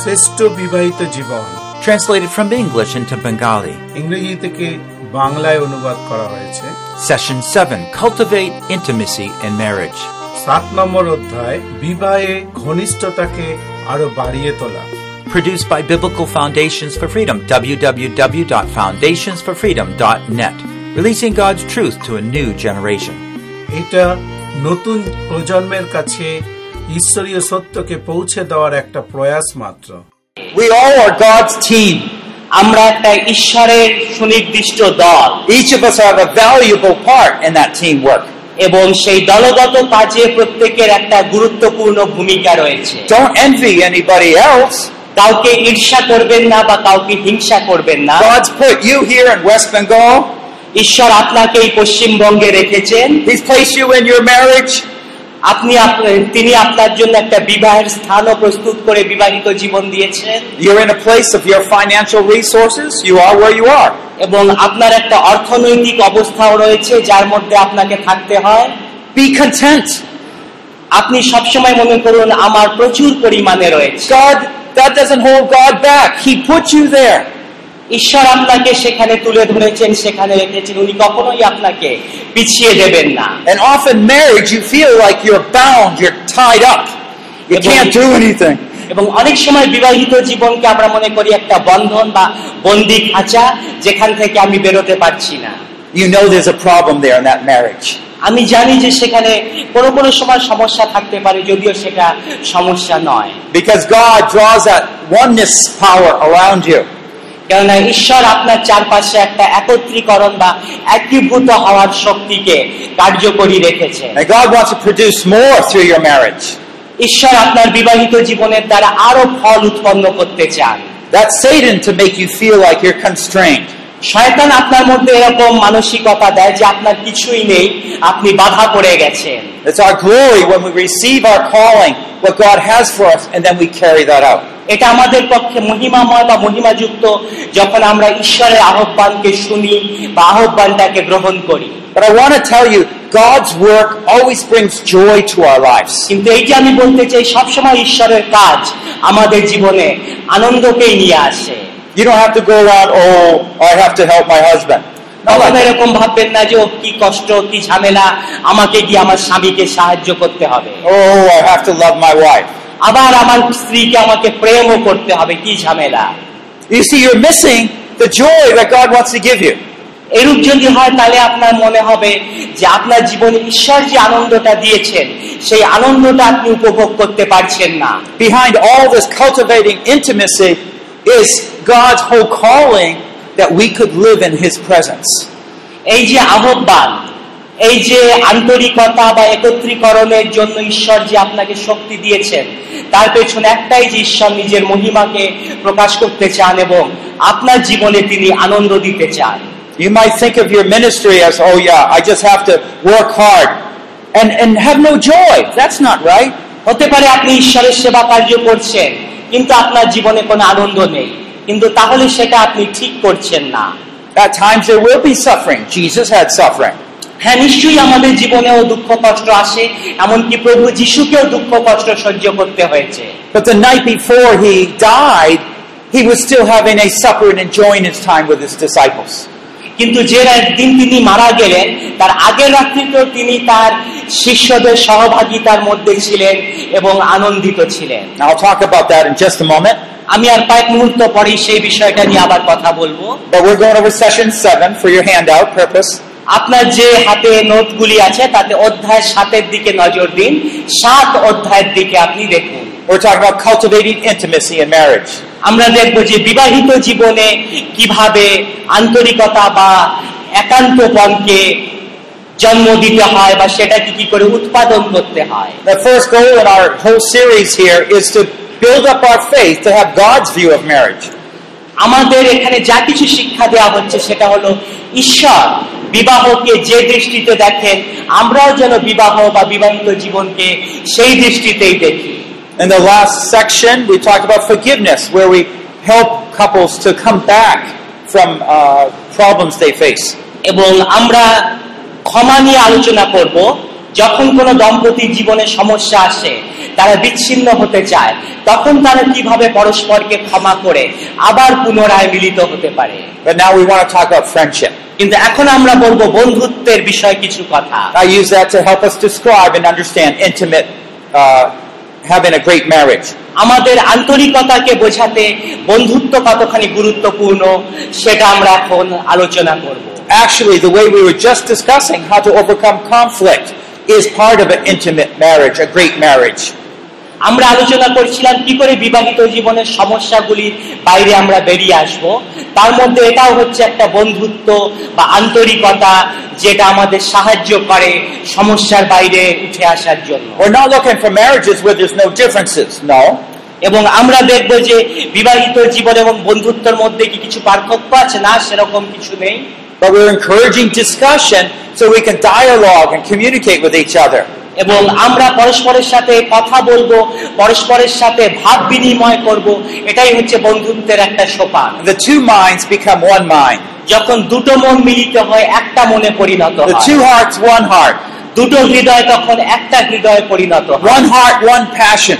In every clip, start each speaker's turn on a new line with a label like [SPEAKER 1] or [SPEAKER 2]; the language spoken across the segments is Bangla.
[SPEAKER 1] শ্রেষ্ঠ বিবাহিত জীবন
[SPEAKER 2] translated from English into Bengali.
[SPEAKER 1] ইংরেজি থেকে বাংলায় অনুবাদ করা হয়েছে
[SPEAKER 2] Session 7 Cultivate Intimacy in Marriage.
[SPEAKER 1] সাত নম্বর অধ্যায় বিবাহে ঘনিষ্ঠতাকে আরো বাড়িয়ে তোলা
[SPEAKER 2] Produced by Biblical Foundations for Freedom, www.foundationsforfreedom.net, releasing God's truth to a new generation.
[SPEAKER 1] এটা নতুন প্রজন্মের কাছে ঈশ্বরীয় সত্যকে পৌঁছে দেওয়ার একটা প্রয়াস মাত্র
[SPEAKER 3] We all are God's team.
[SPEAKER 4] আমরা একটা ঈশ্বরের সুনির্দিষ্ট দল
[SPEAKER 2] Each of us have a valuable part in that teamwork.
[SPEAKER 4] এবং সেই দলগত কাজে প্রত্যেকের একটা গুরুত্বপূর্ণ ভূমিকা রয়েছে
[SPEAKER 2] Don't envy anybody else.
[SPEAKER 4] কাউকে ঈর্ষা করবেন না বা কাউকে হিংসা করবেন না
[SPEAKER 2] God's put you here in West Bengal.
[SPEAKER 4] ঈশ্বর আপনাকে এই পশ্চিমবঙ্গে রেখেছেন
[SPEAKER 2] He's placed you in your marriage.
[SPEAKER 4] আপনি আপ- তিনি আপনার জন্য একটা বিবাহের স্থানও প্রস্তুত করে বিবাহিত জীবন দিয়েছেন
[SPEAKER 2] You're in a place of your financial resources. You are where you are.
[SPEAKER 4] এবং আপনার একটা অর্থনৈতিক অবস্থাও রয়েছে যার মধ্যে আপনাকে থাকতে হয়
[SPEAKER 2] Be content.
[SPEAKER 4] আপনি সবসময় মনে করুন আমার প্রচুর পরিমাণে রয়েছে
[SPEAKER 2] God, that doesn't hold God back. He put you there.
[SPEAKER 4] ঈশ্বর আপনাকে সেখানে তুলে ধরেছেন সেখানে রেখেছেন উনি কখনোই আপনাকে পিছিয়ে দেবেন না
[SPEAKER 2] And often marriage, you feel like you're bound, you're tied up.
[SPEAKER 4] Yeah,
[SPEAKER 2] You
[SPEAKER 4] but-
[SPEAKER 2] can't do anything.
[SPEAKER 4] এবং অনেক সময় বিবাহিত জীবনকে আমরা মনে করি একটা বন্ধন বা বন্দি খাঁচা যেখান থেকে আমি বেরোতে পারছি না
[SPEAKER 2] You know there's a problem there in that marriage.
[SPEAKER 4] আমি জানি যে সেখানে কোনো কোনো সময় সমস্যা থাকতে পারে যদিও সেটা সমস্যা নয়
[SPEAKER 2] Because God draws that oneness power around you.
[SPEAKER 4] কেননা ঈশ্বর আপনার চারপাশে একটা একত্রীকরণ বা একীভূত হওয়ার শক্তিকে কার্যকরী রেখেছে
[SPEAKER 2] And God wants to produce more through your marriage.
[SPEAKER 4] ঈশ্বর আপনার বিবাহিত জীবনের দ্বারা আরো ফল উৎপন্ন করতে চান
[SPEAKER 2] That's Satan to make you feel like you're constrained.
[SPEAKER 4] শয়তান আপনার মধ্যে এরকম মানসিকতা দেয় যে আপনার কিছুই নেই আপনি বাধা পড়ে গেছেন
[SPEAKER 2] It's our glory when we receive our calling, what God has for us, and then we carry that out.
[SPEAKER 4] এটা আমাদের পক্ষে মহিমাময় বা মহিমাযুক্ত যখন আমরা ঈশ্বরের আহ্বানকে শুনি বা আহ্বানটাকে গ্রহণ করি
[SPEAKER 2] But I want to tell you, God's work always brings joy to our lives.
[SPEAKER 4] কিন্তু এইটা আমি বলতে চাই সবসময় ঈশ্বরের কাজ আমাদের জীবনে আনন্দকেই নিয়ে আসে
[SPEAKER 2] You don't have to go around, oh, I have to help my husband. Not like
[SPEAKER 4] কখনো
[SPEAKER 2] that.
[SPEAKER 4] এরকম ভাববেন না যে "ও, কি কষ্ট কি ঝামেলা আমাকে গিয়ে আমার স্বামীকে সাহায্য করতে হবে
[SPEAKER 2] Oh, I have to love my wife.
[SPEAKER 4] আবার আমার স্ত্রীকে আমাকে প্রেমও করতে হবে কি ঝামেলা
[SPEAKER 2] You see, you're missing the joy that God wants to give you.
[SPEAKER 4] এরূপ যদি হয় তাহলে আপনার মনে হবে যে আপনার জীবনে ঈশ্বর যে আনন্দটা দিয়েছেন সেই আনন্দটা আপনি উপভোগ করতে পারছেন না
[SPEAKER 2] Behind all this cultivating intimacy is God's whole calling that we could live in His presence.
[SPEAKER 4] এই যে আহ্বান এই যে আন্তরিকতা বা একত্রীকরণের জন্য ঈশ্বর যে আপনাকে শক্তি দিয়েছেন তার পেছনে একটাই যে ঈশ্বর নিজের মহিমাকে প্রকাশ করতে চান এবং আপনার জীবনে তিনি আনন্দ দিতে চান
[SPEAKER 2] You might think of your ministry as, oh yeah, I just have to work hard and, and have no joy. That's not right.
[SPEAKER 4] হতে পারে আপনি ঈশ্বরের সেবা কার্য করছেন কিন্তু আপনার জীবনে কোনো আনন্দ নেই কিন্তু তাহলে সেটা আপনি ঠিক করছেন না
[SPEAKER 2] At times there will be suffering. Jesus had suffering.
[SPEAKER 4] হ্যাঁ নিশ্চয়ই আমাদের জীবনেও দুঃখ কষ্ট আসে এমনকি প্রভু যিশুকেও দুঃখ কষ্ট সহ্য করতে হয়েছে
[SPEAKER 2] But the night before he died, he was still having a supper and enjoying his time with his disciples.
[SPEAKER 4] কিন্তু যে রা- দিন তিনি মারা গেলেন তার আগের রাত্রিতেও তিনি তার শিষ্যদের সহভাগিতার মধ্যে ছিলেন এবং আনন্দিত ছিলেন
[SPEAKER 2] Now I'll talk about that in just a moment.
[SPEAKER 4] আমি আর কয়েক মুহূর্ত পরেই সেই বিষয়টা নিয়ে আবার কথা বলবো
[SPEAKER 2] But we're going over session seven for your handout purpose.
[SPEAKER 4] আপনার যে হাতে নোটগুলি আছে তাতে অধ্যায় সাতের দিকে নজর দিন সাত অধ্যায়ের দিকে আপনি দেখুন
[SPEAKER 2] We're talking about cultivating intimacy in marriage.
[SPEAKER 4] আমরা দেখব যে বিবাহিত জীবনে কিভাবে আন্তরিকতা বা একান্তপনকে জন্ম দিতে হয় বা সেটাকে কি করে উৎপাদন করতে হয়
[SPEAKER 2] The first goal in our whole series here is to build up our faith to have God's view of marriage.
[SPEAKER 4] আমাদের এখানে যা কিছু শিক্ষা দেওয়া হচ্ছে সেটা হলো ঈশ্বর বিবাহকে যে দৃষ্টিতে দেখেন আমরাও যেন বিবাহ বা বিবাহিত জীবনকে সেই দৃষ্টিতেই দেখি
[SPEAKER 2] In the last section, we talked about forgiveness, where we help couples to come back from uh, problems they face.
[SPEAKER 4] এবং আমরা ক্ষমা নিয়ে আলোচনা করব যখন কোনো দম্পতির জীবনে সমস্যা আসে তারা বিচ্ছিন্ন হতে চায় তখন তারা কিভাবে পরস্পরকে ক্ষমা করে আবার পুনরায় মিলিত হতে পারে
[SPEAKER 2] But now we want to talk about friendship.
[SPEAKER 4] কিন্তু এখন আমরা বলবো বন্ধুত্বের বিষয়ে কিছু কথা
[SPEAKER 2] I use that to help us describe and understand intimate, uh, having a great marriage.
[SPEAKER 4] আমাদের আন্তরিকতাকে বোঝাতে বন্ধুত্ব কতখানি গুরুত্বপূর্ণ সেটা আমরা এখন আলোচনা করব
[SPEAKER 2] Actually, the way we were just discussing how to overcome conflict is part of an intimate marriage, a great marriage.
[SPEAKER 4] আমরা আলোচনা করছিলাম কি করে বিবাহিত জীবনের সমস্যাগুলি বাইরে আমরা বেরিয়ে আসব তার মধ্যে এটাও হচ্ছে একটা বন্ধুত্ব বা আন্তরিকতা যেটা আমাদের সাহায্য করে সমস্যার বাইরে উঠে আসার জন্য
[SPEAKER 2] We're not looking for marriages where there's no differences. No.
[SPEAKER 4] এবং আমরা দেখব যে বিবাহিত জীবন এবং বন্ধুত্বের মধ্যে কি কিছু পার্থক্য আছে না সেরকম কিছু নেই
[SPEAKER 2] But we're encouraging discussion so we can dialogue and communicate with each other.
[SPEAKER 4] এবং আমরা পরস্পরের সাথে কথা বলবো পরস্পরের সাথে ভাব বিনিময় করব এটাই হচ্ছে বন্ধুত্বের একটা সোপান
[SPEAKER 2] And the two minds become one mind.
[SPEAKER 4] যখন দুটো মন মিলিত হয় একটা মনে পরিণত
[SPEAKER 2] The
[SPEAKER 4] হয়
[SPEAKER 2] two hearts, one heart.
[SPEAKER 4] দুটো হৃদয় তখন একটা হৃদয়ে পরিণত হয়
[SPEAKER 2] One heart, one passion.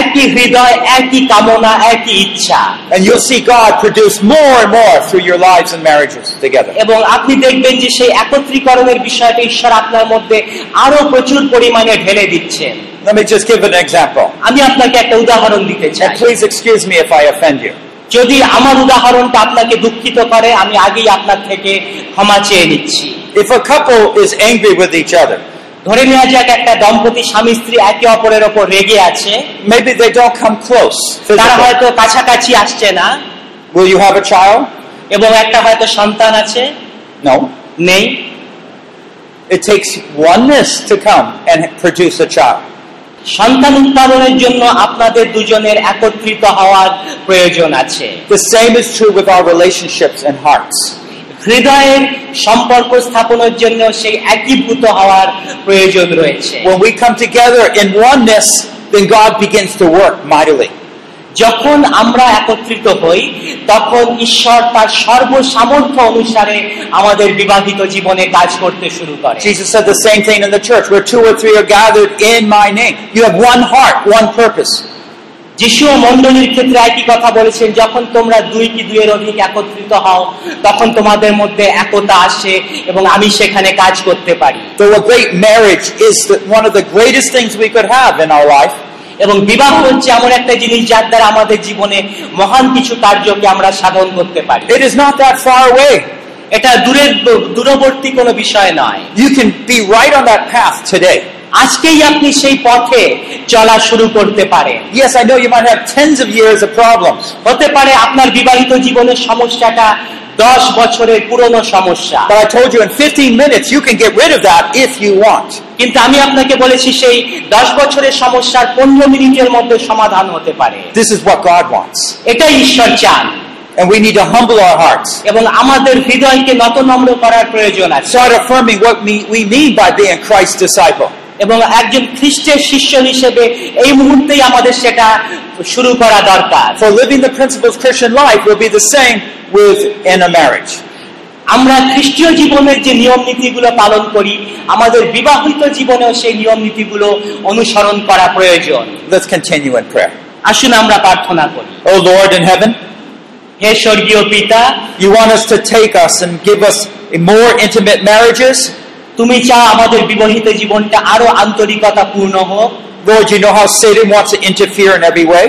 [SPEAKER 4] একই হৃদয় একই কামনা একই ইচ্ছা
[SPEAKER 2] And you'll see God produce more and more through your lives and marriages together.
[SPEAKER 4] এবং আপনি দেখবেন যে সেই একত্রীকরণের বিষয়টা ঈশ্বর আপনার মধ্যে আরো প্রচুর পরিমাণে ঢেলে দিচ্ছেন
[SPEAKER 2] Let me just give an example.
[SPEAKER 4] আমি আপনাকে একটা উদাহরণ দিতে
[SPEAKER 2] And
[SPEAKER 4] চাই
[SPEAKER 2] please excuse me if I offend you.
[SPEAKER 4] যদি আমার উদাহরণটা আপনাকে দুঃখিত করে আমি আগেই আপনার থেকে ক্ষমা চেয়ে নিচ্ছি
[SPEAKER 2] If a couple is angry with each other,
[SPEAKER 4] ধরে নেওয়া যাক একটা দম্পতি স্বামী স্ত্রী একে অপরের ওপর রেগে আছে
[SPEAKER 2] maybe they don't come close.
[SPEAKER 4] তারা
[SPEAKER 2] physically.
[SPEAKER 4] হয়তো কাছাকাছি আসছে না
[SPEAKER 2] Will you have a child?
[SPEAKER 4] এবং একটা হয়তো সন্তান আছে
[SPEAKER 2] No.
[SPEAKER 4] নেই
[SPEAKER 2] It takes oneness to come and produce a child.
[SPEAKER 4] সন্তান উৎপাদনের জন্য আপনাদের দুজনের একত্রিত হওয়ার প্রয়োজন আছে
[SPEAKER 2] The same is true with our relationships and hearts.
[SPEAKER 4] হৃদয়ের সম্পর্ক স্থাপনের জন্য সেই একীভূত হওয়ার প্রয়োজন রয়েছে
[SPEAKER 2] When we come together in oneness, then God begins to work mightily.
[SPEAKER 4] যখন আমরা একত্রিত হই তখন ঈশ্বর তার সর্বসামর্থ্য অনুসারে আমাদের বিবাহিত জীবনে কাজ করতে শুরু করে
[SPEAKER 2] Jesus said the same thing in the church where two or three are gathered in my name. You have one heart, one purpose.
[SPEAKER 4] যিশু মন্ডলীর ক্ষেত্রে একই কথা বলেছেন যখন তোমরা দুই কি দুইয়ের অধিক একত্রিত হও তখন তোমাদের মধ্যে একতা আসে এবং আমি সেখানে কাজ করতে পারি
[SPEAKER 2] So a great marriage is the, one of the greatest things we could have in our life.
[SPEAKER 4] এবং বিবাহ হচ্ছে এমন একটা জিনিস যার দ্বারা আমাদের জীবনে মহান কিছু কার্যকে আমরা সাধন করতে পারি
[SPEAKER 2] It is not that far away.
[SPEAKER 4] এটা দূরের দূরবর্তী কোনো বিষয় নয়
[SPEAKER 2] You can be right on that path today.
[SPEAKER 4] আজকেই আপনি সেই পথে চলা শুরু করতে পারেন
[SPEAKER 2] Yes, I know you might have tens of years of problems,
[SPEAKER 4] হতে পারে আপনার বিবাহিত জীবনের সমস্যাটা দশ বছরের পুরনো সমস্যা
[SPEAKER 2] but I told you in 15 minutes you can get rid of that if you want.
[SPEAKER 4] কিন্তু আমি আপনাকে বলেছি সেই দশ বছরের সমস্যার পনেরো মিনিটের মধ্যে সমাধান হতে পারে
[SPEAKER 2] This is what God wants.
[SPEAKER 4] এটাই ঈশ্বর চান
[SPEAKER 2] And we need to humble our hearts.
[SPEAKER 4] এবং আমাদের হৃদয়কে নতনম্র করার প্রয়োজন আছে
[SPEAKER 2] Start affirming what me- we mean by being Christ's disciple.
[SPEAKER 4] এবং একজন খ্রিস্টের শিষ্য হিসেবে এই মুহূর্তেই আমাদের সেটা শুরু করা দরকার
[SPEAKER 2] For living the principles of Christian life will be the same within a marriage.
[SPEAKER 4] আমরা খ্রিস্টীয় জীবনের যে নিয়ম নীতিগুলো পালন করি আমাদের বিবাহিত জীবনেও সেই নিয়ম নীতিগুলো অনুসরণ করা প্রয়োজন
[SPEAKER 2] Let's continue in prayer.
[SPEAKER 4] আসুন আমরা প্রার্থনা করি
[SPEAKER 2] Oh Lord in heaven,
[SPEAKER 4] হে স্বর্গীয় পিতা
[SPEAKER 2] you want us to take us and give us more intimate marriages.
[SPEAKER 4] তুমি চাও আমাদের বিবাহিত জীবনটা আরো আন্তরিকতা পূর্ণ হোক
[SPEAKER 2] Lord, you know how Satan wants to interfere in every way.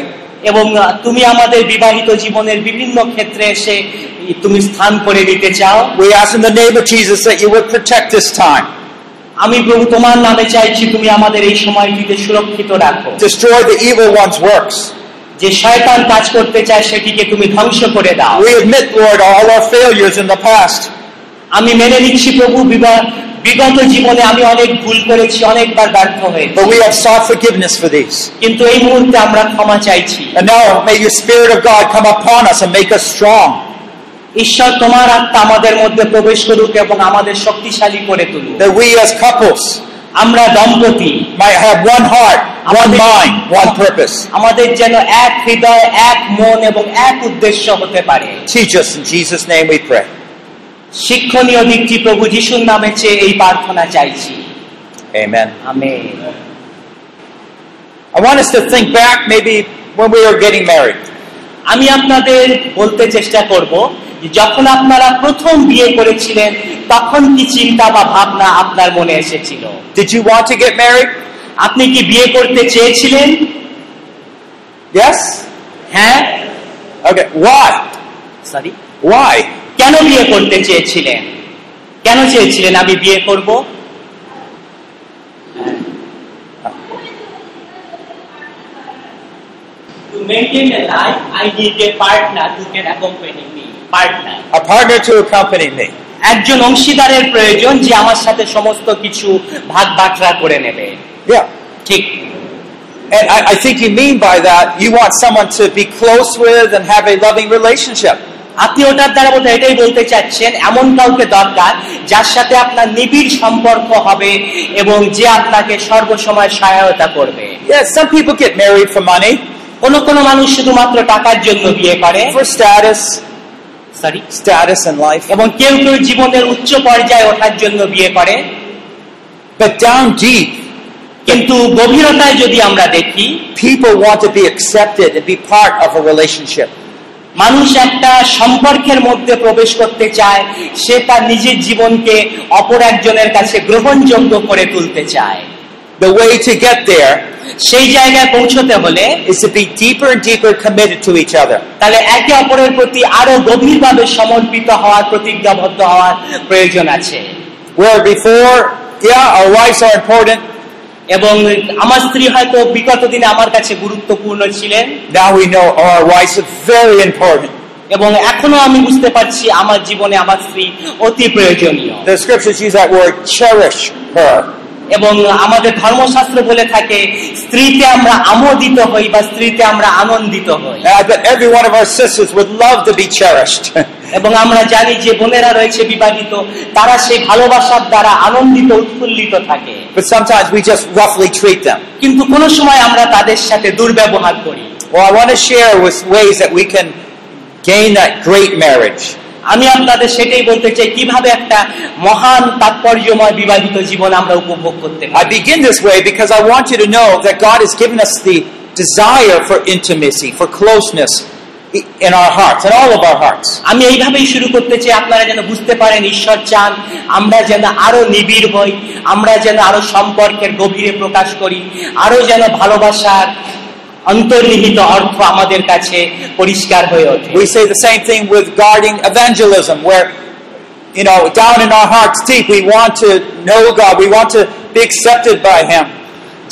[SPEAKER 4] এবং আহ, তুমি আমাদের বিবাহিত জীবনের বিভিন্ন ক্ষেত্রে এসে তুমি স্থান করে দিতে চাও
[SPEAKER 2] We ask in the name of Jesus that you would protect this time,
[SPEAKER 4] আমি প্রভু তোমার নামে চাইছি তুমি আমাদের এই সময়টিতে সুরক্ষিত রাখো
[SPEAKER 2] destroy the evil one's works.
[SPEAKER 4] যে শয়তান কাজ করতে চায় সেটিকে তুমি ধ্বংস করে দাও
[SPEAKER 2] We admit, Lord, all our failures in the past.
[SPEAKER 4] আমি মেনে নিচ্ছি প্রভু বিবা- বিগত জীবনে আমি অনেক ভুল করেছি অনেকবার ব্যর্থ হয়েছি
[SPEAKER 2] But we have sought forgiveness for these.
[SPEAKER 4] কিন্তু এই মুহূর্তে আমরা ক্ষমা চাইছি
[SPEAKER 2] And now may your Spirit of God come upon us and make us strong,
[SPEAKER 4] ঈশ্বর তোমার আত্মা আমাদের মধ্যে প্রবেশ করুক এবং আমাদের শক্তিশালী করে তুলুক
[SPEAKER 2] that we as couples
[SPEAKER 4] আমরা দম্পতি
[SPEAKER 2] might have one heart, one mind, one purpose.
[SPEAKER 4] আমাদের যেন এক হৃদয় এক মন এবং এক উদ্দেশ্য হতে পারে
[SPEAKER 2] Teach us in Jesus' name we pray.
[SPEAKER 4] শিক্ষণীয় দিকটি প্রভু যিশুর নামে চেয়ে এই প্রার্থনা চাইছি
[SPEAKER 2] Amen.
[SPEAKER 4] Amen
[SPEAKER 2] I want us to think back maybe when we were getting married.
[SPEAKER 4] আমি আপনাদের বলতে চেষ্টা করব যে যখন আপনারা প্রথম বিয়ে করেছিলেন তখন কি চিন্তা বা ভাবনা আপনার মনে এসেছিল
[SPEAKER 2] Did you want to get married?
[SPEAKER 4] আপনি কি বিয়ে করতে চেয়েছিলেন
[SPEAKER 2] Yes?
[SPEAKER 4] হ্যাঁ
[SPEAKER 2] Okay. Why?
[SPEAKER 4] Sorry
[SPEAKER 2] Why?
[SPEAKER 4] কেন বিয়ে করতে চেয়েছিলেন কেন চেয়েছিলেন আমি বিয়ে করব To maintain a life, I need a partner who can accompany me. Partner.
[SPEAKER 2] A partner to accompany me.
[SPEAKER 4] একজন অংশীদারের প্রয়োজন যে আমার সাথে সমস্ত কিছু ভাগ বাটরা করে নেবে
[SPEAKER 2] Yeah.
[SPEAKER 4] ঠিক
[SPEAKER 2] And I, I think you mean by that you want someone to be close with and have a loving relationship.
[SPEAKER 4] আপনি ওটার দ্বারা বোধহয় এটাই বলতে চাচ্ছেন এমন কাউকে দরকার যার সাথে আপনার নিবিড় সম্পর্ক হবে এবং যে আপনাকে সর্বসময় সহায়তা করবে
[SPEAKER 2] Yeah, some people get married for money,
[SPEAKER 4] কোন কোন মানুষ শুধুমাত্র টাকার জন্য বিয়ে করে
[SPEAKER 2] for status,
[SPEAKER 4] sorry
[SPEAKER 2] status in life.
[SPEAKER 4] এবং কেউ কেউ জীবনের উচ্চ পর্যায়ে ওঠার জন্য বিয়ে করে
[SPEAKER 2] But down deep,
[SPEAKER 4] কিন্তু গভীরতায় যদি আমরা দেখি
[SPEAKER 2] people want to be accepted and be part of a relationship.
[SPEAKER 4] মানুষ একটা সম্পর্কের মধ্যে প্রবেশ করতে চায় সে তার নিজের জীবনকে অপর একজনের কাছে গ্রহণযোগ্য করে তুলতে চায়
[SPEAKER 2] The way to get there
[SPEAKER 4] সেই জায়গায় পৌঁছতে হলে
[SPEAKER 2] is to be deeper and deeper committed to each other.
[SPEAKER 4] তাহলে একে অপরের প্রতি আরো গভীরভাবে সমর্পিত হওয়ার প্রতিজ্ঞাবদ্ধ হওয়ার প্রয়োজন আছে
[SPEAKER 2] Where before, yeah, our wives are important,
[SPEAKER 4] এবং আমার স্ত্রী হয়তো বিগত দিনে আমার কাছে গুরুত্বপূর্ণ ছিলেন
[SPEAKER 2] now we know our wives are very important.
[SPEAKER 4] এবং এখনো আমি বুঝতে পারছি আমার জীবনে আমার স্ত্রী অতি প্রয়োজনীয়
[SPEAKER 2] The scriptures use that word, cherish her.
[SPEAKER 4] এবং আমাদের ধর্মশাস্ত্র বলে থাকে স্ত্রীতে আমরা আমোদিত হই বা স্ত্রীতে আমরা আনন্দিত হই
[SPEAKER 2] And I bet every one of our sisters would love to be cherished.
[SPEAKER 4] এবং আমরা জানি যে বোনেরা রয়েছে বিবাহিত তারা সেই ভালোবাসার দ্বারা আনন্দিত উৎফুল্লিত থাকে
[SPEAKER 2] but sometimes we just roughly treat them.
[SPEAKER 4] কিন্তু কোনো সময় আমরা তাদের সাথে দুর্ব্যবহার করি
[SPEAKER 2] Well, I want to share with ways that we can gain that great marriage.
[SPEAKER 4] আমি আপনাদের সেটাই বলতে চাই কিভাবে একটা মহান তাৎপর্যময় বিবাহিত জীবন আমরা উপভোগ করতে
[SPEAKER 2] I
[SPEAKER 4] পারি
[SPEAKER 2] begin this way because I want you to know that God has given us the desire for intimacy, for closeness i- in our hearts, in all of our hearts.
[SPEAKER 4] আমি এইভাবেই শুরু করতে চাই আপনারা যেন বুঝতে পারেন ঈশ্বর চান আমরা যেন আরো নিবিড় হই আমরা যেন আরো সম্পর্কের গভীরে প্রকাশ করি আরো যেন ভালোবাসার অন্তর্নিহিত অর্থ আমাদের কাছে পরিষ্কার হয়ে ওঠে
[SPEAKER 2] We say the same thing with guarding evangelism, where, you know, down in our hearts deep, we want to know God, we want to be accepted by Him.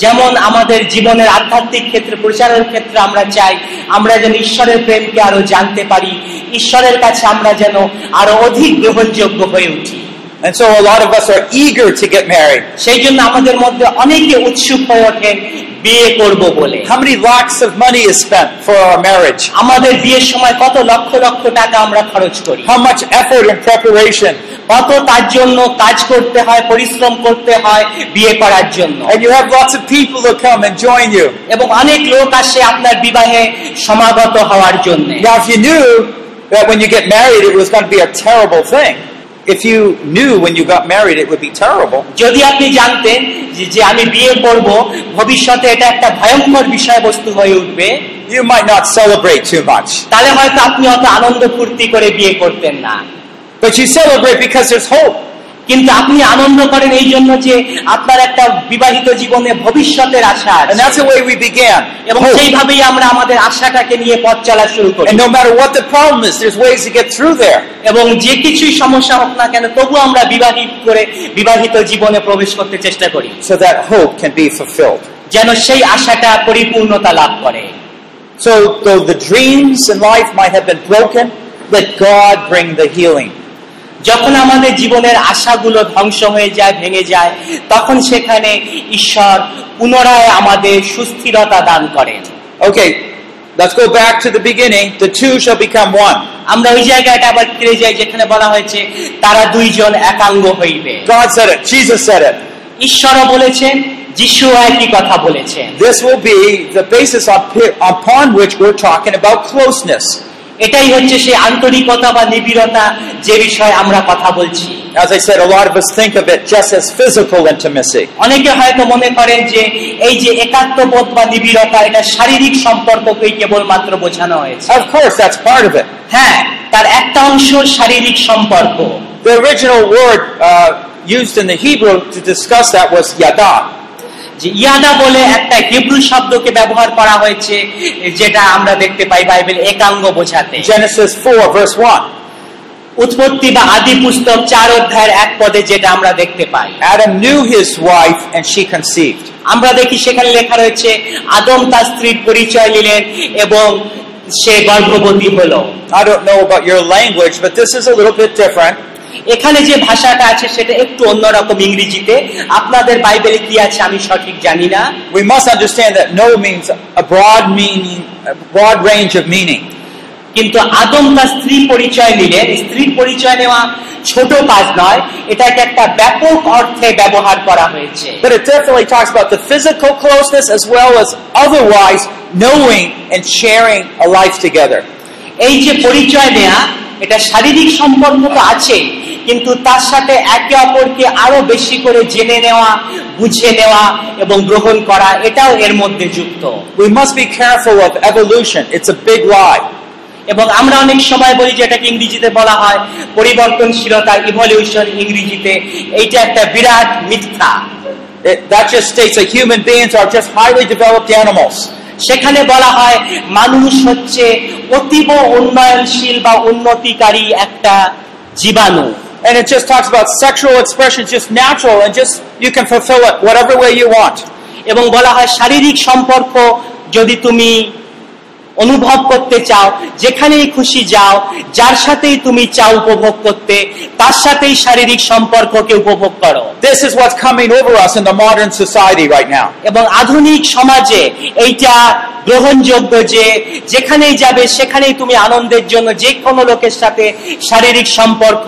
[SPEAKER 4] যেমন আমাদের জীবনের আধ্যাত্মিক ক্ষেত্রে প্রচারের ক্ষেত্রে আমরা চাই আমরা যেন ঈশ্বরের প্রেমকে আরো জানতে পারি ঈশ্বরের কাছে আমরা যেন আরো অধিক গ্রহণযোগ্য হয়ে উঠি
[SPEAKER 2] And so a lot of us are eager to get married.
[SPEAKER 4] সেই জন্য আমাদের মধ্যে অনেকে উৎসুক হয়ে ওঠেন বিয়ে করব বলে
[SPEAKER 2] How many lakhs of money is spent for our marriage?
[SPEAKER 4] আমাদের বিয়ের সময় কত লক্ষ লক্ষ টাকা আমরা খরচ করি
[SPEAKER 2] How much effort and preparation?
[SPEAKER 4] কত তার জন্য কাজ করতে হয় পরিশ্রম করতে হয় বিয়ে করার জন্য
[SPEAKER 2] And you have lots of people who come and join you.
[SPEAKER 4] এবং অনেক লোক আসে আপনার বিবাহে সমাগত হওয়ার জন্য
[SPEAKER 2] Now, if you knew that when you get married it was going to be a terrible thing, if you knew when you got married it would be terrible,
[SPEAKER 4] যদি আপনি জানতেন যে- যে আমি বিয়ে করব ভবিষ্যতে এটা একটা ভয়ঙ্কর বিষয়বস্তু হয়ে উঠবে
[SPEAKER 2] you might not celebrate too much.
[SPEAKER 4] তাহলে হয়তো আপনি অত আনন্দ ফুর্তি করে বিয়ে করতেন না
[SPEAKER 2] But you celebrate because there's hope.
[SPEAKER 4] কিন্তু আপনি আনন্দ করেন এই জন্য যে আপনার একটা বিবাহিত জীবনে ভবিষ্যতের আশা
[SPEAKER 2] And that's
[SPEAKER 4] আছে
[SPEAKER 2] the way we began.
[SPEAKER 4] এবং
[SPEAKER 2] Hope.
[SPEAKER 4] সেইভাবেই আমরা আমাদের আশাটাকে নিয়ে পথ চলা শুরু করি
[SPEAKER 2] And no matter what the problem is, there's ways to get through there.
[SPEAKER 4] এবং যে কিছুই সমস্যা হোক না কেন তবু আমরা বিবাহিত করে বিবাহিত জীবনে প্রবেশ করতে চেষ্টা করি
[SPEAKER 2] So that hope can be fulfilled.
[SPEAKER 4] যেন সেই আশাটা পরিপূর্ণতা লাভ করে
[SPEAKER 2] So though the dreams in life might have been broken, let God bring the healing.
[SPEAKER 4] যখন আমাদের জীবনের আশাগুলো ধ্বংস হয়ে যায় ভেঙে যায় তখন সেখানে ঈশ্বর পুনরায় আমাদের সুস্থিরতা দান করেন
[SPEAKER 2] Okay, let's go back to the beginning. The two shall become one.
[SPEAKER 4] আমরা ওই জায়গাটা আবার ফিরে যাই যেখানে বলা হয়েছে তারা দুইজন একাঙ্গ হইবে
[SPEAKER 2] God said it. Jesus said it.
[SPEAKER 4] ঈশ্বরও বলেছেন যিশু একই কথা বলেছেন
[SPEAKER 2] This will be the basis up- upon which we're talking about closeness.
[SPEAKER 4] এটাই হচ্ছে সেই আন্তরিকতা বা নিবিড়তা যে বিষয়ে আমরা কথা বলছি
[SPEAKER 2] As I said, a lot of us think of it just as physical intimacy.
[SPEAKER 4] অনেকে হয়তো মনে করেন যে এই যে একাত্মবোধ বা নিবিড়তা এটা শারীরিক সম্পর্ককেই কেবলমাত্র বোঝানো হয়েছে
[SPEAKER 2] Of course, that's part of it.
[SPEAKER 4] হ্যাঁ তার একটা অংশ শারীরিক সম্পর্ক
[SPEAKER 2] The original word uh, used in the Hebrew to discuss that was yada.
[SPEAKER 4] যে ইয়াদা বলে একটা হিব্রু শব্দকে ব্যবহার করা হয়েছে যেটা আমরা দেখতে পাই বাইবেল একাঙ্গ বোঝাতে
[SPEAKER 2] Genesis 4, verse 1.
[SPEAKER 4] উৎপত্তি বা আদি পুস্তক চার অধ্যায়ের এক পদে যেটা আমরা দেখতে পাই
[SPEAKER 2] Adam knew his wife and she conceived.
[SPEAKER 4] আমরা দেখি সেখানে লেখা রয়েছে আদম তার স্ত্রীর পরিচয় নিলেন এবং সে গর্ভবতী হলো
[SPEAKER 2] I don't know about your language, but this is a little bit different.
[SPEAKER 4] এখানে যে ভাষাটা আছে সেটা একটু অন্যরকম ইংরেজিতে আপনাদের বাইবেলে কি আছে আমি সঠিক জানি না
[SPEAKER 2] We must understand that no means a broad meaning, a broad range of meaning.
[SPEAKER 4] কিন্তু আদম তার স্ত্রী পরিচয় নিলেন স্ত্রীর পরিচয় নেওয়া ছোট কাজ নয় এটাকে একটা ব্যাপক অর্থে ব্যবহার করা হয়েছে
[SPEAKER 2] But it definitely talks about the physical closeness as well as otherwise knowing and sharing a life together.
[SPEAKER 4] এই যে পরিচয় নেয়া এটা শারীরিক সম্পর্ক তো আছে কিন্তু তার সাথে একে অপরকে আরো বেশি করে জেনে নেওয়া বুঝে নেওয়া এবং গ্রহণ করা এটাও এর মধ্যে যুক্ত
[SPEAKER 2] We must be careful of evolution. It's a big lie.
[SPEAKER 4] এবং আমরা অনেক সময় বলি যে এটাকে ইংরেজিতে বলা হয় পরিবর্তনশীলতা ইভলিউশন ইংরেজিতে এইটা একটা বিরাট মিথ্যা
[SPEAKER 2] It, that just states that human beings are just highly developed animals.
[SPEAKER 4] সেখানে বলা হয় মানুষ হচ্ছে অতীব উন্নয়নশীল বা উন্নতিকারী একটা জীবাণু
[SPEAKER 2] And it just talks about sexual expression, just natural, and just you can fulfill it whatever way you want.
[SPEAKER 4] এবং বলা হয় শারীরিক সম্পর্ক যদি তুমি অনুভব করতে চাও যেখানেই খুশি যাও যার সাথেই তুমি চাও উপভোগ করতে তার সাথেই শারীরিক সম্পর্ককে উপভোগ করো
[SPEAKER 2] This is what's coming over us in the modern society right now.
[SPEAKER 4] এবং আধুনিক সমাজে এইটা গ্রহণযোগ্য যে যেখানেই যাবে সেখানেই তুমি আনন্দের জন্য যে কোনো লোকের সাথে শারীরিক সম্পর্ক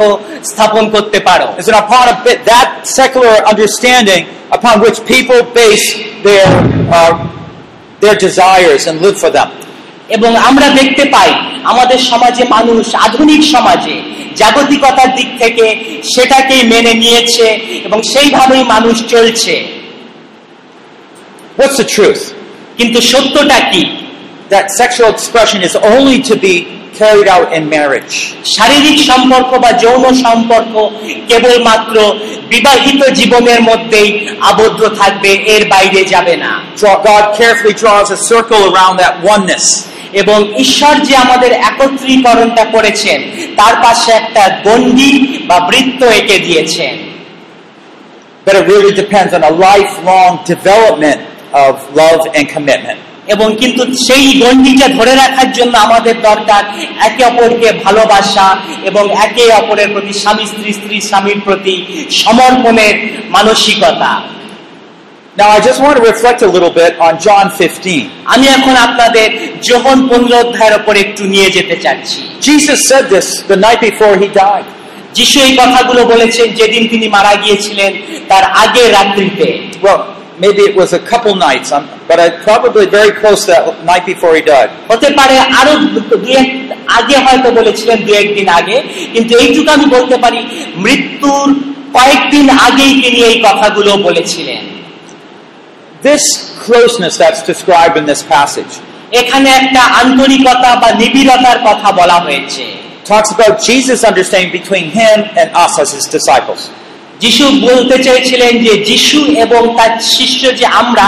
[SPEAKER 4] স্থাপন করতে পারো
[SPEAKER 2] It's upon a bit that secular understanding upon which people base their uh, their desires and live for them.
[SPEAKER 4] এবং আমরা দেখতে পাই আমাদের সমাজে মানুষ আধুনিক সমাজে জাগতিকতার দিক থেকে সেটাকেই মেনে নিয়েছে এবং সেইভাবেই মানুষ চলছে
[SPEAKER 2] What's the truth?
[SPEAKER 4] কিন্তু সত্যটা কি
[SPEAKER 2] That sexual expression is only to be carried out in marriage.
[SPEAKER 4] শারীরিক সম্পর্ক বা যৌন সম্পর্ক কেবলমাত্র বিবাহিত জীবনের মধ্যেই আবদ্ধ থাকবে এর বাইরে যাবে না
[SPEAKER 2] Draw, God carefully draws a circle around that oneness.
[SPEAKER 4] এবং ঈশ্বর যে আমাদের একত্রীকরণটা করেছেন তার পাশে একটা গণ্ডি বা বৃত্ত এঁকে দিয়েছেন
[SPEAKER 2] But it really depends on a lifelong development of love and commitment.
[SPEAKER 4] এবং কিন্তু সেই গণ্ডিটা ধরে রাখার জন্য আমাদের দরকার একে অপরকে ভালোবাসা এবং একে অপরের প্রতি স্বামী স্ত্রী স্ত্রী স্বামীর প্রতি সমর্পণের মানসিকতা
[SPEAKER 2] Now, I just want to reflect a little bit on John 15.
[SPEAKER 4] আমি এখন আপনাদের যোহন পনেরো অধ্যায়ের ওপর একটু নিয়ে যেতে চাচ্ছি
[SPEAKER 2] Jesus said this the night before he died.
[SPEAKER 4] যিশু এই কথাগুলো বলেছেন যেদিন তিনি মারা গিয়েছিলেন তার আগের রাত্রিতে
[SPEAKER 2] Well, maybe it was a couple nights, um, but I probably very close that night before he died.
[SPEAKER 4] হতে পারে আরো দু এক- আগে হয়তো বলেছিলেন দু একদিন আগে কিন্তু এইটুকু আমি বলতে পারি মৃত্যুর কয়েকদিন আগেই তিনি এই কথাগুলো বলেছিলেন
[SPEAKER 2] This closeness that's described in this passage
[SPEAKER 4] এখানে একটা আন্তরিকতা বা নিবিড়তার কথা বলা হয়েছে
[SPEAKER 2] talks about Jesus' understanding between him and us as his disciples.
[SPEAKER 4] যিশু বলতে চেয়েছিলেন যে যিশু এবং তার শিষ্য যে আমরা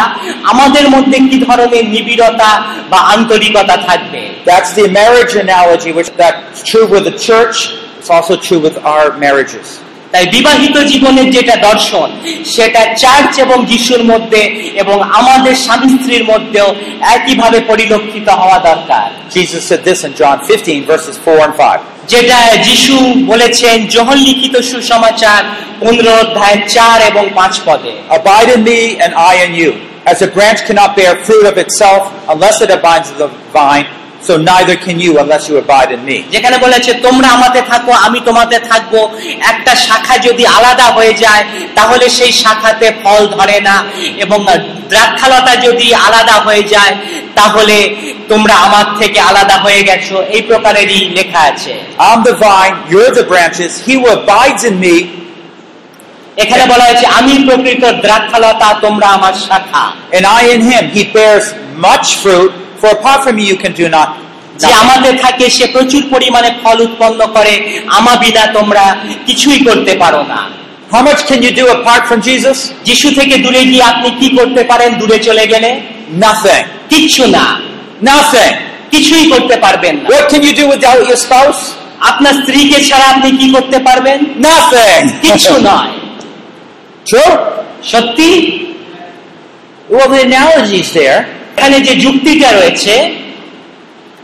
[SPEAKER 4] আমাদের মধ্যে কি ধরনের নিবিড়তা বা আন্তরিকতা থাকবে
[SPEAKER 2] That's the marriage analogy, which that's true with the church. It's also true with our marriages.
[SPEAKER 4] তাই বিবাহিত জীবনের যেটা দর্শন সেটা চার্চ এবং যিশুর মধ্যে এবং আমাদের স্বামী স্ত্রীর মধ্যেও একইভাবে পরিলক্ষিত হওয়া দরকার
[SPEAKER 2] Jesus said this in John 15, verses 4 and 5.
[SPEAKER 4] যেটা যিশু বলেছেন যখন লিখিত সুসমাচার পনেরো অধ্যায় চার এবং পাঁচ পদে
[SPEAKER 2] Abide in me, and I in you. As a branch cannot bear fruit of itself unless it abides in the vine, So neither can you unless you abide in me.
[SPEAKER 4] যেখানে বলেছে তোমরা আমাতে থাকো আমি তোমাতে থাকবো একটা শাখা যদি আলাদা হয়ে যায় তাহলে সেই শাখাতে ফল ধরে না এবং দ্রাক্ষালতা যদি আলাদা হয়ে যায় তাহলে তোমরা আমার থেকে আলাদা হয়ে গেছো এই প্রকারেরই লেখা আছে
[SPEAKER 2] I'm the vine, you're the branches. He who abides in me
[SPEAKER 4] এখানে বলা হয়েছে আমি প্রকৃত দ্রাক্ষালতা তোমরা আমার শাখা
[SPEAKER 2] and I in him, he bears much fruit. For apart from me, you can do not.
[SPEAKER 4] যে
[SPEAKER 2] nothing.
[SPEAKER 4] আমাদের থাকে সে প্রচুর পরিমাণে ফল উৎপন্ন করে আমা বিনা তোমরা কিছুই করতে পারো না
[SPEAKER 2] How much can you do apart from Jesus?
[SPEAKER 4] যিশু থেকে দূরে গিয়ে আপনি কি করতে পারেন দূরে চলে গেলে
[SPEAKER 2] Nothing.
[SPEAKER 4] কিচ্ছু না
[SPEAKER 2] Nothing.
[SPEAKER 4] কিছুই করতে পারবেন না
[SPEAKER 2] What can you do without your spouse?
[SPEAKER 4] আপনার স্ত্রীকে ছাড়া আপনি কি করতে পারবেন কিচ্ছু
[SPEAKER 2] Nothing.
[SPEAKER 4] নয়
[SPEAKER 2] True?
[SPEAKER 4] সত্যি
[SPEAKER 3] Well, the analogy is there.
[SPEAKER 4] এখানে যে যুক্তিটা রয়েছে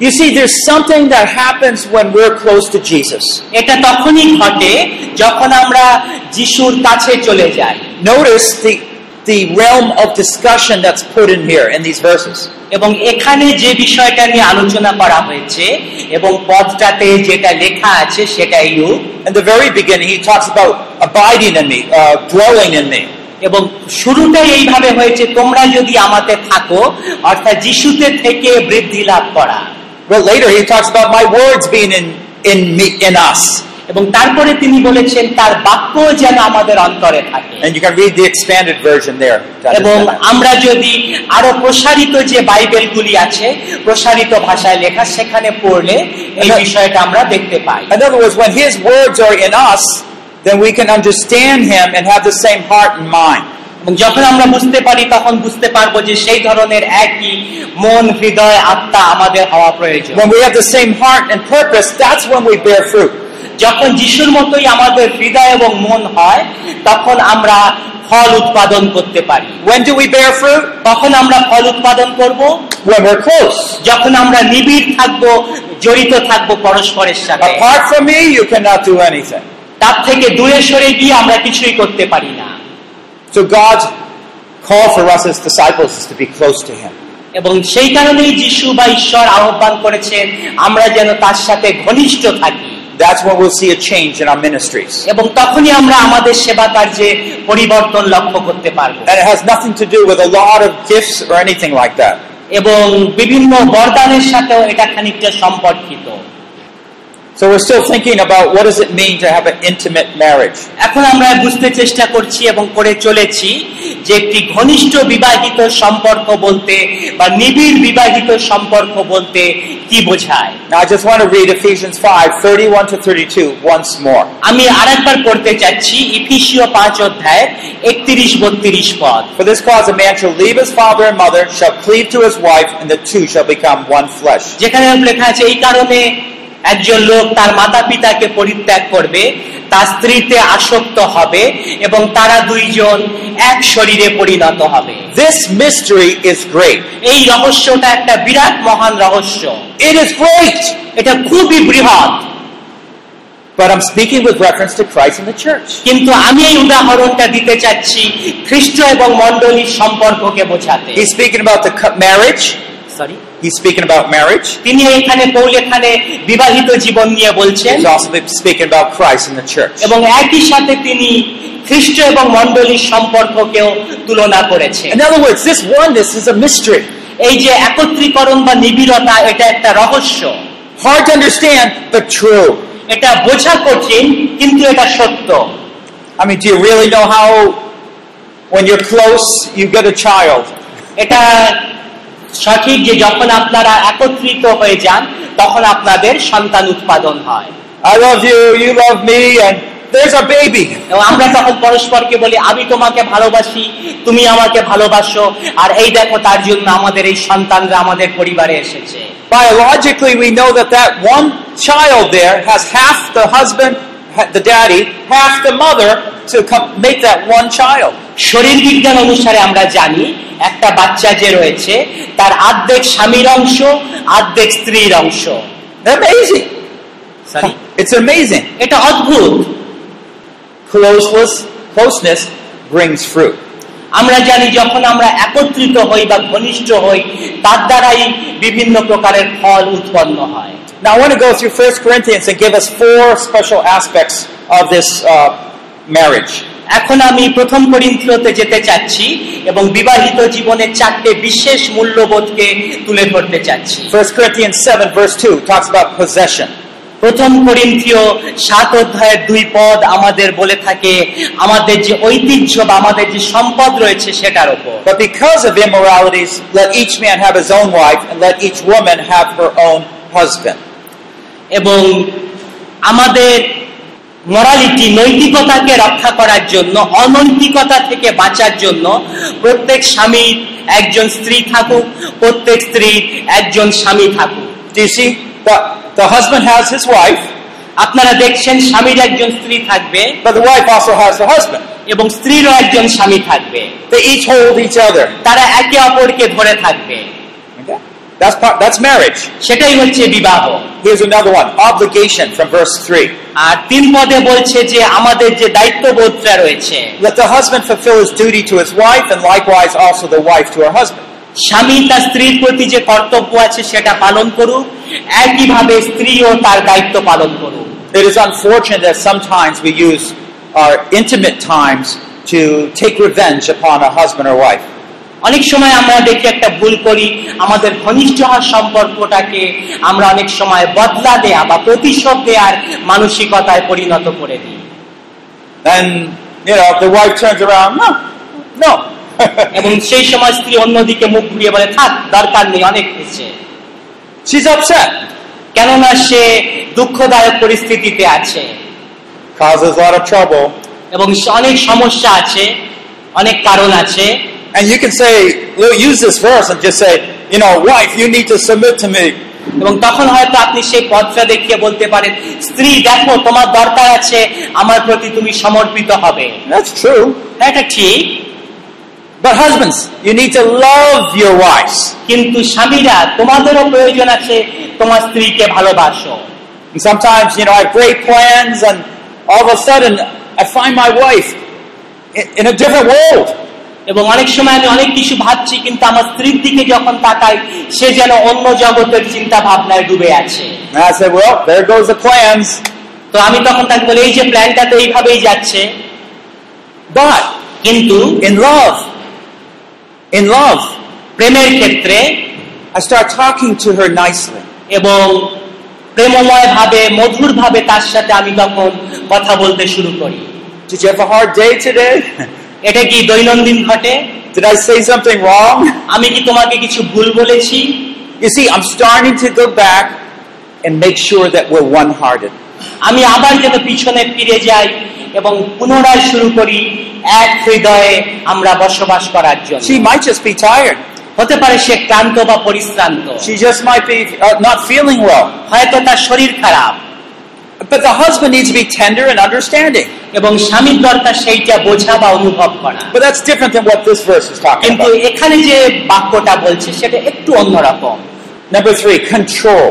[SPEAKER 3] You see, there's something that happens when we're close to Jesus.
[SPEAKER 4] এটা তখনই ঘটে যখন আমরা যিশুর কাছে চলে যাই
[SPEAKER 3] Notice the, the realm of discussion that's put in here in these verses.
[SPEAKER 4] এবং এখানে যে বিষয়টা নিয়ে আলোচনা করা হয়েছে এবং পদটাতে যেটা লেখা আছে সেটা you
[SPEAKER 2] In the very beginning, he talks about abiding in me, uh, dwelling in me.
[SPEAKER 4] এবং শুরুটাই এইভাবে হয়েছে তোমরা যদি আমাতে থাকো অর্থাৎ যিশুতে থেকে বৃদ্ধি লাভ করা
[SPEAKER 2] But later, he talks about my words being in, in me, in us.
[SPEAKER 4] এবং তারপরে তিনি বলেছেন তার বাক্য যেন আমাদের অন্তরে থাকে
[SPEAKER 2] And you can read the expanded version there. to
[SPEAKER 4] এবং
[SPEAKER 2] understand that.
[SPEAKER 4] আমরা যদি আরো প্রসারিত যে বাইবেলগুলি আছে প্রসারিত ভাষায় লেখা সেখানে পড়লে এই
[SPEAKER 2] আচ্ছা।
[SPEAKER 4] বিষয়টা আমরা দেখতে পাই
[SPEAKER 2] In other words, when his words are in us, then we can understand him and have the same heart and mind.
[SPEAKER 4] এবং যখন আমরা বুঝতে পারি তখন বুঝতে পারবো যে সেই ধরনের একই মন হৃদয় আত্মা আমাদের হওয়া প্রয়োজন
[SPEAKER 2] When we have the same heart and purpose, that's when we bear fruit.
[SPEAKER 4] যখন যিশুর মতোই আমাদের হৃদয় এবং মন হয় তখন আমরা ফল উৎপাদন করতে পারি
[SPEAKER 2] When do we bear fruit?
[SPEAKER 4] তখন আমরা ফল উৎপাদন করব
[SPEAKER 2] When we're close.
[SPEAKER 4] যখন আমরা নিবিড় থাকব জড়িত থাকব পরস্পরের সাথে
[SPEAKER 2] Apart from me, you cannot do anything.
[SPEAKER 4] তার থেকে দূরে সরে গিয়ে আমরা কিছুই করতে পারি না
[SPEAKER 2] So God's call for us as disciples is to be close to him.
[SPEAKER 4] এবং সেই কারণেই যিশু বা ঈশ্বর আহ্বান করেছেন আমরা যেন তার সাথে ঘনিষ্ঠ থাকি
[SPEAKER 2] That's when we'll see a change in our ministries.
[SPEAKER 4] এবং তখনই আমরা আমাদের সেবা কার্যে পরিবর্তন লক্ষ্য করতে পারবো
[SPEAKER 2] And it has nothing to do with a lot of gifts or anything like that.
[SPEAKER 4] এবং বিভিন্ন বরদানের সাথেও এটা খানিকটা সম্পর্কিত
[SPEAKER 2] So we're still thinking about what does it mean to have an intimate marriage.
[SPEAKER 4] এখন আমরা বুঝতে চেষ্টা করছি এবং করে চলেছি যে একটি ঘনিষ্ঠ বিবাহিত সম্পর্ক বলতে বা নিবিড় বিবাহিত সম্পর্ক বলতে কি বোঝায়
[SPEAKER 2] Now I just want to read Ephesians 5, 31 to 32 once more.
[SPEAKER 4] আমি আরেকবার পড়তে চাচ্ছি ইফিসীয় পাঁচ অধ্যায় একত্রিশ বত্রিশ পদ
[SPEAKER 2] For this cause a man shall leave his father and mother, shall cleave to his wife, and the two shall become one flesh.
[SPEAKER 4] যেখানে লেখা আছে এই কারণে একজন লোক তার মাতা পিতাকে পরিত্যাগ করবে তার স্ত্রীতে আসক্ত হবে এবং তারা দুইজন এক শরীরে পরিণত হবে
[SPEAKER 2] This mystery is great.
[SPEAKER 4] এই রহস্যটা একটা বিরাট মহান রহস্য
[SPEAKER 2] It is great!
[SPEAKER 4] এটা খুবই বৃহৎ
[SPEAKER 2] But I'm speaking with reference to Christ and the church.
[SPEAKER 4] কিন্তু আমি এই উদাহরণটা দিতে চাচ্ছি খ্রিস্ট এবং মণ্ডলীর সম্পর্ককে বোঝাতে
[SPEAKER 2] He's speaking about the co- marriage.
[SPEAKER 4] Sorry
[SPEAKER 2] He's speaking about marriage.
[SPEAKER 4] তিনি এখানে পৌল এখানে বিবাহিত জীবন নিয়ে বলছেন
[SPEAKER 2] He's also speaking about Christ and the church.
[SPEAKER 4] এবং একই সাথে তিনি খ্রিস্ট এবং মণ্ডলীর সম্পর্ককেও তুলনা করেছেন
[SPEAKER 2] In other words, this oneness is a mystery.
[SPEAKER 4] এই যে একত্রীকরণ বা নিবিড়তা এটা একটা রহস্য
[SPEAKER 2] Hard to understand, but true.
[SPEAKER 4] এটা বোঝা কঠিন কিন্তু এটা সত্য
[SPEAKER 2] I mean, do you really know how, when you're close, you get a child?
[SPEAKER 4] এটা সঠিক যে যখন আপনারা একত্রিত হয়ে যান তখন আপনাদের সন্তান উৎপাদন হয়
[SPEAKER 2] I love you, you love me, and there's a baby.
[SPEAKER 4] এবং আমরা তখন পরস্পরকে বলি আমি তোমাকে ভালোবাসি তুমি আমাকে ভালোবাসো আর এই দেখো তার জন্য আমাদের এই সন্তানরা আমাদের পরিবারে এসেছে
[SPEAKER 2] Biologically, we know that that one child there has half the husband, ha- the daddy, half the mother to come make that one child.
[SPEAKER 4] শরীর বিজ্ঞান অনুসারে আমরা জানি একটা বাচ্চা যে রয়েছে তার অর্ধেক স্বামীর অংশ অর্ধেক স্ত্রীর অংশ
[SPEAKER 2] Amazing!
[SPEAKER 4] Sorry?
[SPEAKER 2] It's amazing.
[SPEAKER 4] এটা অদ্ভুত
[SPEAKER 2] Closeness, closeness brings fruit.
[SPEAKER 4] আমরা জানি যখন আমরা একত্রিত হই বা ঘনিষ্ঠ হই তার দ্বারাই বিভিন্ন প্রকারের ফল উৎপন্ন হয়
[SPEAKER 2] Now I want to go through 1 Corinthians and give us four special aspects of this uh, marriage.
[SPEAKER 4] এখন আমি প্রথম করিন্থিয়তে যেতে চাচ্ছি এবং বিবাহিত জীবনের চারটে বিশেষ মূল্যবোধকে তুলে ধরতে চাচ্ছি
[SPEAKER 2] 1 Corinthians 7 verse 2 talks about possession.
[SPEAKER 4] প্রথম করিন্থিয় সাত অধ্যায়ের দুই পদ আমাদের বলে থাকে আমাদের যে ঐতিহ্য বা আমাদের যে সম্পদ রয়েছে সেটার উপর
[SPEAKER 2] But because of immoralities, let each man have his own wife and let each woman have her own husband.
[SPEAKER 4] এবং আমাদের মরালিটি নৈতিকতাকে রক্ষা করার জন্য অনৈতিকতা থেকে বাঁচার জন্য প্রত্যেক স্বামী একজন স্ত্রী থাকুক প্রত্যেক স্ত্রী একজন স্বামী থাকুক
[SPEAKER 2] Do you see? The, the husband has his wife,
[SPEAKER 4] আপনারা দেখছেন স্বামীর একজন স্ত্রী থাকবে
[SPEAKER 2] but the wife also has the husband.
[SPEAKER 4] এবং স্ত্রীরও একজন স্বামী থাকবে
[SPEAKER 2] They each hold each other.
[SPEAKER 4] তারা একে অপরকে ধরে থাকবে
[SPEAKER 2] Okay? That's part, that's marriage.
[SPEAKER 4] সেটাই হচ্ছে বিবাহ
[SPEAKER 2] Here's another one. Obligation from verse 3.
[SPEAKER 4] আর তিন পদে বলছে যে আমাদের যে দায়িত্ববোধটা রয়েছে
[SPEAKER 2] Let the husband fulfill his duty to his wife and likewise also the wife to her husband.
[SPEAKER 4] স্বামী তার স্ত্রীর প্রতি যে কর্তব্য আছে সেটা পালন করুক একইভাবে স্ত্রীও তার দায়িত্ব পালন করুক
[SPEAKER 2] It is unfortunate that sometimes we use our intimate times to take revenge upon a husband or wife.
[SPEAKER 4] অনেক সময় আমরা দেখি একটা ভুল করি আমাদের ঘনিষ্ঠ হওয়ার সম্পর্কটাকে আমরা অনেক সময় বদলা দেয়া বা প্রতিশোধ দেওয়ার মানসিকতায় পরিণত করে দিই
[SPEAKER 2] And, you know, the wife turns around, no, no.
[SPEAKER 4] এবং সেই সময় স্ত্রী অন্যদিকে মুখ ঘুরিয়ে বলে থাক দরকার নেই অনেক হয়েছে
[SPEAKER 2] She's upset.
[SPEAKER 4] কেননা সে দুঃখদায়ক পরিস্থিতিতে আছে
[SPEAKER 2] Causes a lot of trouble.
[SPEAKER 4] এবং অনেক সমস্যা আছে অনেক কারণ আছে
[SPEAKER 2] And you can say, we'll use this verse and just say, you know, wife, you need to submit to me.
[SPEAKER 4] এবং তখন হয়তো আপনি সেই পথটা দেখিয়ে বলতে পারেন স্ত্রী দেখো তোমার দরকার আছে আমার প্রতি তুমি সমর্পিত হবে
[SPEAKER 2] That's true.
[SPEAKER 4] হ্যাঁ, এটা ঠিক
[SPEAKER 2] But husbands, you need to love your wives.
[SPEAKER 4] কিন্তু স্বামীরা তোমাদেরও প্রয়োজন আছে তোমার স্ত্রীকে ভালোবাসো
[SPEAKER 2] And sometimes, you know, I have great plans, and all of a sudden, I find my wife in, in a different world.
[SPEAKER 4] এবং অনেক সময় আমি অনেক কিছু ভাবছি কিন্তু আমার স্ত্রীর দিকে যখন তাকাই সে যেন অন্য জগতের চিন্তা ভাবনায় ডুবে আছে
[SPEAKER 2] And I say, well, there goes the plans.
[SPEAKER 4] তো আমি তখন তাকে বলি এই যে প্ল্যানটা তো এইভাবেই যাচ্ছে
[SPEAKER 2] But
[SPEAKER 4] কিন্তু
[SPEAKER 2] in love, in love,
[SPEAKER 4] প্রেমের ক্ষেত্রে
[SPEAKER 2] I start talking to her nicely.
[SPEAKER 4] এবং প্রেমময় ভাবে মধুর ভাবে তার সাথে আমি তখন কথা বলতে শুরু করি
[SPEAKER 2] Did you have a hard day today?
[SPEAKER 4] এটা কি দৈনন্দিন ঘটে
[SPEAKER 2] Did I say something wrong?
[SPEAKER 4] আমি কি তোমাকে কিছু ভুল বলেছি
[SPEAKER 2] You see, I'm starting to go back and make sure that we're one hearted.
[SPEAKER 4] আমি আবার যেন পিছনে ফিরে যাই এবং পুনরায় শুরু করি এক হৃদয়ে আমরা বসবাস করার জন্য
[SPEAKER 2] She might just be tired.
[SPEAKER 4] হতে পারে সে ক্লান্ত বা পরিশ্রান্ত
[SPEAKER 2] She just might be uh, not feeling well.
[SPEAKER 4] হয়তো তার শরীর খারাপ
[SPEAKER 2] But the husband needs to be tender and understanding.
[SPEAKER 4] এবং স্বামীর দরকার সেইটা বোঝা বা অনুভব করা
[SPEAKER 2] But that's different than what this verse is talking
[SPEAKER 4] কিন্তু
[SPEAKER 2] about.
[SPEAKER 4] এখানে যে বাক্যটা বলছে সেটা একটু অন্যরকম
[SPEAKER 2] Number three, control.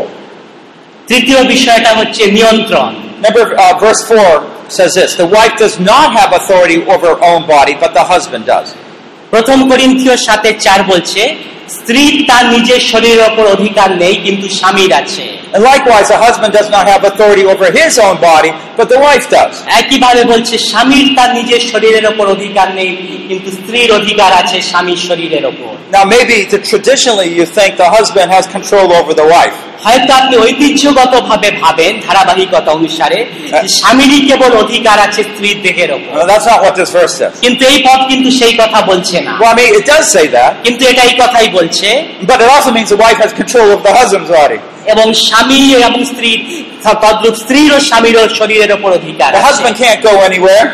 [SPEAKER 4] তৃতীয় বিষয়টা হচ্ছে নিয়ন্ত্রণ
[SPEAKER 2] Number uh, verse four says this: the wife does not have authority over her own body, but the husband does.
[SPEAKER 4] প্রথম করিন্থীয় সাথে চার বলছে স্ত্রী তার নিজের শরীরের ওপর অধিকার নেই কিন্তু স্বামীর আছে
[SPEAKER 2] And likewise, the husband does not have authority over his own body, but the wife does.
[SPEAKER 4] একইভাবে বলছে স্বামীর তার নিজের শরীরের ওপর অধিকার নেই কিন্তু স্ত্রীর অধিকার আছে স্বামীর শরীরের ওপর
[SPEAKER 2] Now, maybe the, traditionally you think the husband has control over the wife,
[SPEAKER 4] হয়তো আপনি ঐতিহ্যগত ভাবে ভাবেন ধারাবাহিকতা অনুসারে যে স্বামীরই কেবল অধিকার আছে স্ত্রীর দেহের ওপর
[SPEAKER 2] Well, that's not what this verse says.
[SPEAKER 4] কিন্তু এই পথ কিন্তু সেই কথা বলছে না
[SPEAKER 2] Well, I mean, it does say that,
[SPEAKER 4] কিন্তু এটা এই কথাই বলছে
[SPEAKER 2] but it also means the wife has control of the husband's body.
[SPEAKER 4] এবং স্বামী এবং স্ত্রী তদ্রুপ স্ত্রীর ও স্বামীর ও শরীরের ওপর অধিকার
[SPEAKER 2] The
[SPEAKER 4] আছে।
[SPEAKER 2] husband can't go anywhere.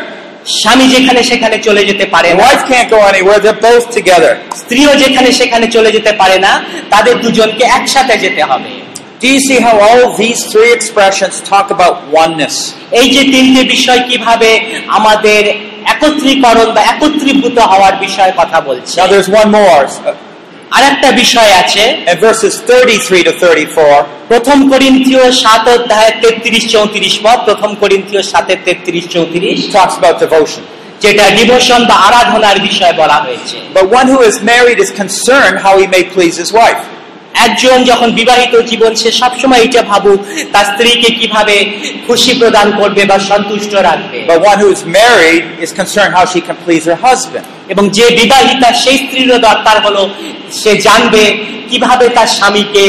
[SPEAKER 4] স্বামী যেখানে সেখানে চলে যেতে পারে
[SPEAKER 2] The
[SPEAKER 4] না
[SPEAKER 2] wife can't go anywhere. They're both together.
[SPEAKER 4] স্ত্রীও যেখানে সেখানে চলে যেতে পারে না তাদের দুজনকে একসাথে যেতে হবে
[SPEAKER 2] Do you see how all these three expressions talk about oneness?
[SPEAKER 4] এই যে তিনটে বিষয় কিভাবে আমাদের একত্রীকরণ বা একত্রীভূত হওয়ার বিষয়ে কথা বলছে
[SPEAKER 2] Now there's one more. uh,
[SPEAKER 4] আর একটা বিষয় আছে
[SPEAKER 2] In verses 33 to 34,
[SPEAKER 4] প্রথম করিন্থীয় সাত অধ্যায় তেত্রিশ চৌত্রিশ পদ প্রথম করিন্থীয় সাতের তেত্রিশ চৌত্রিশ
[SPEAKER 2] it talks about devotion.
[SPEAKER 4] যেটা ডিভোশন বা আরাধনার বিষয় বলা হয়েছে
[SPEAKER 2] But one who is married is concerned how he may please his wife.
[SPEAKER 4] একজন যখন বিবাহিত জীবন সে সবসময় এটা ভাবুক তার স্ত্রীকে কিভাবে খুশি প্রদান করবে বা সন্তুষ্ট রাখবে
[SPEAKER 2] But one who is married is concerned how she can please her husband.
[SPEAKER 4] এবং যে বিবাহিতা সেই স্ত্রীরও দরকার হলো সে জানবে কিভাবে তার স্বামীকে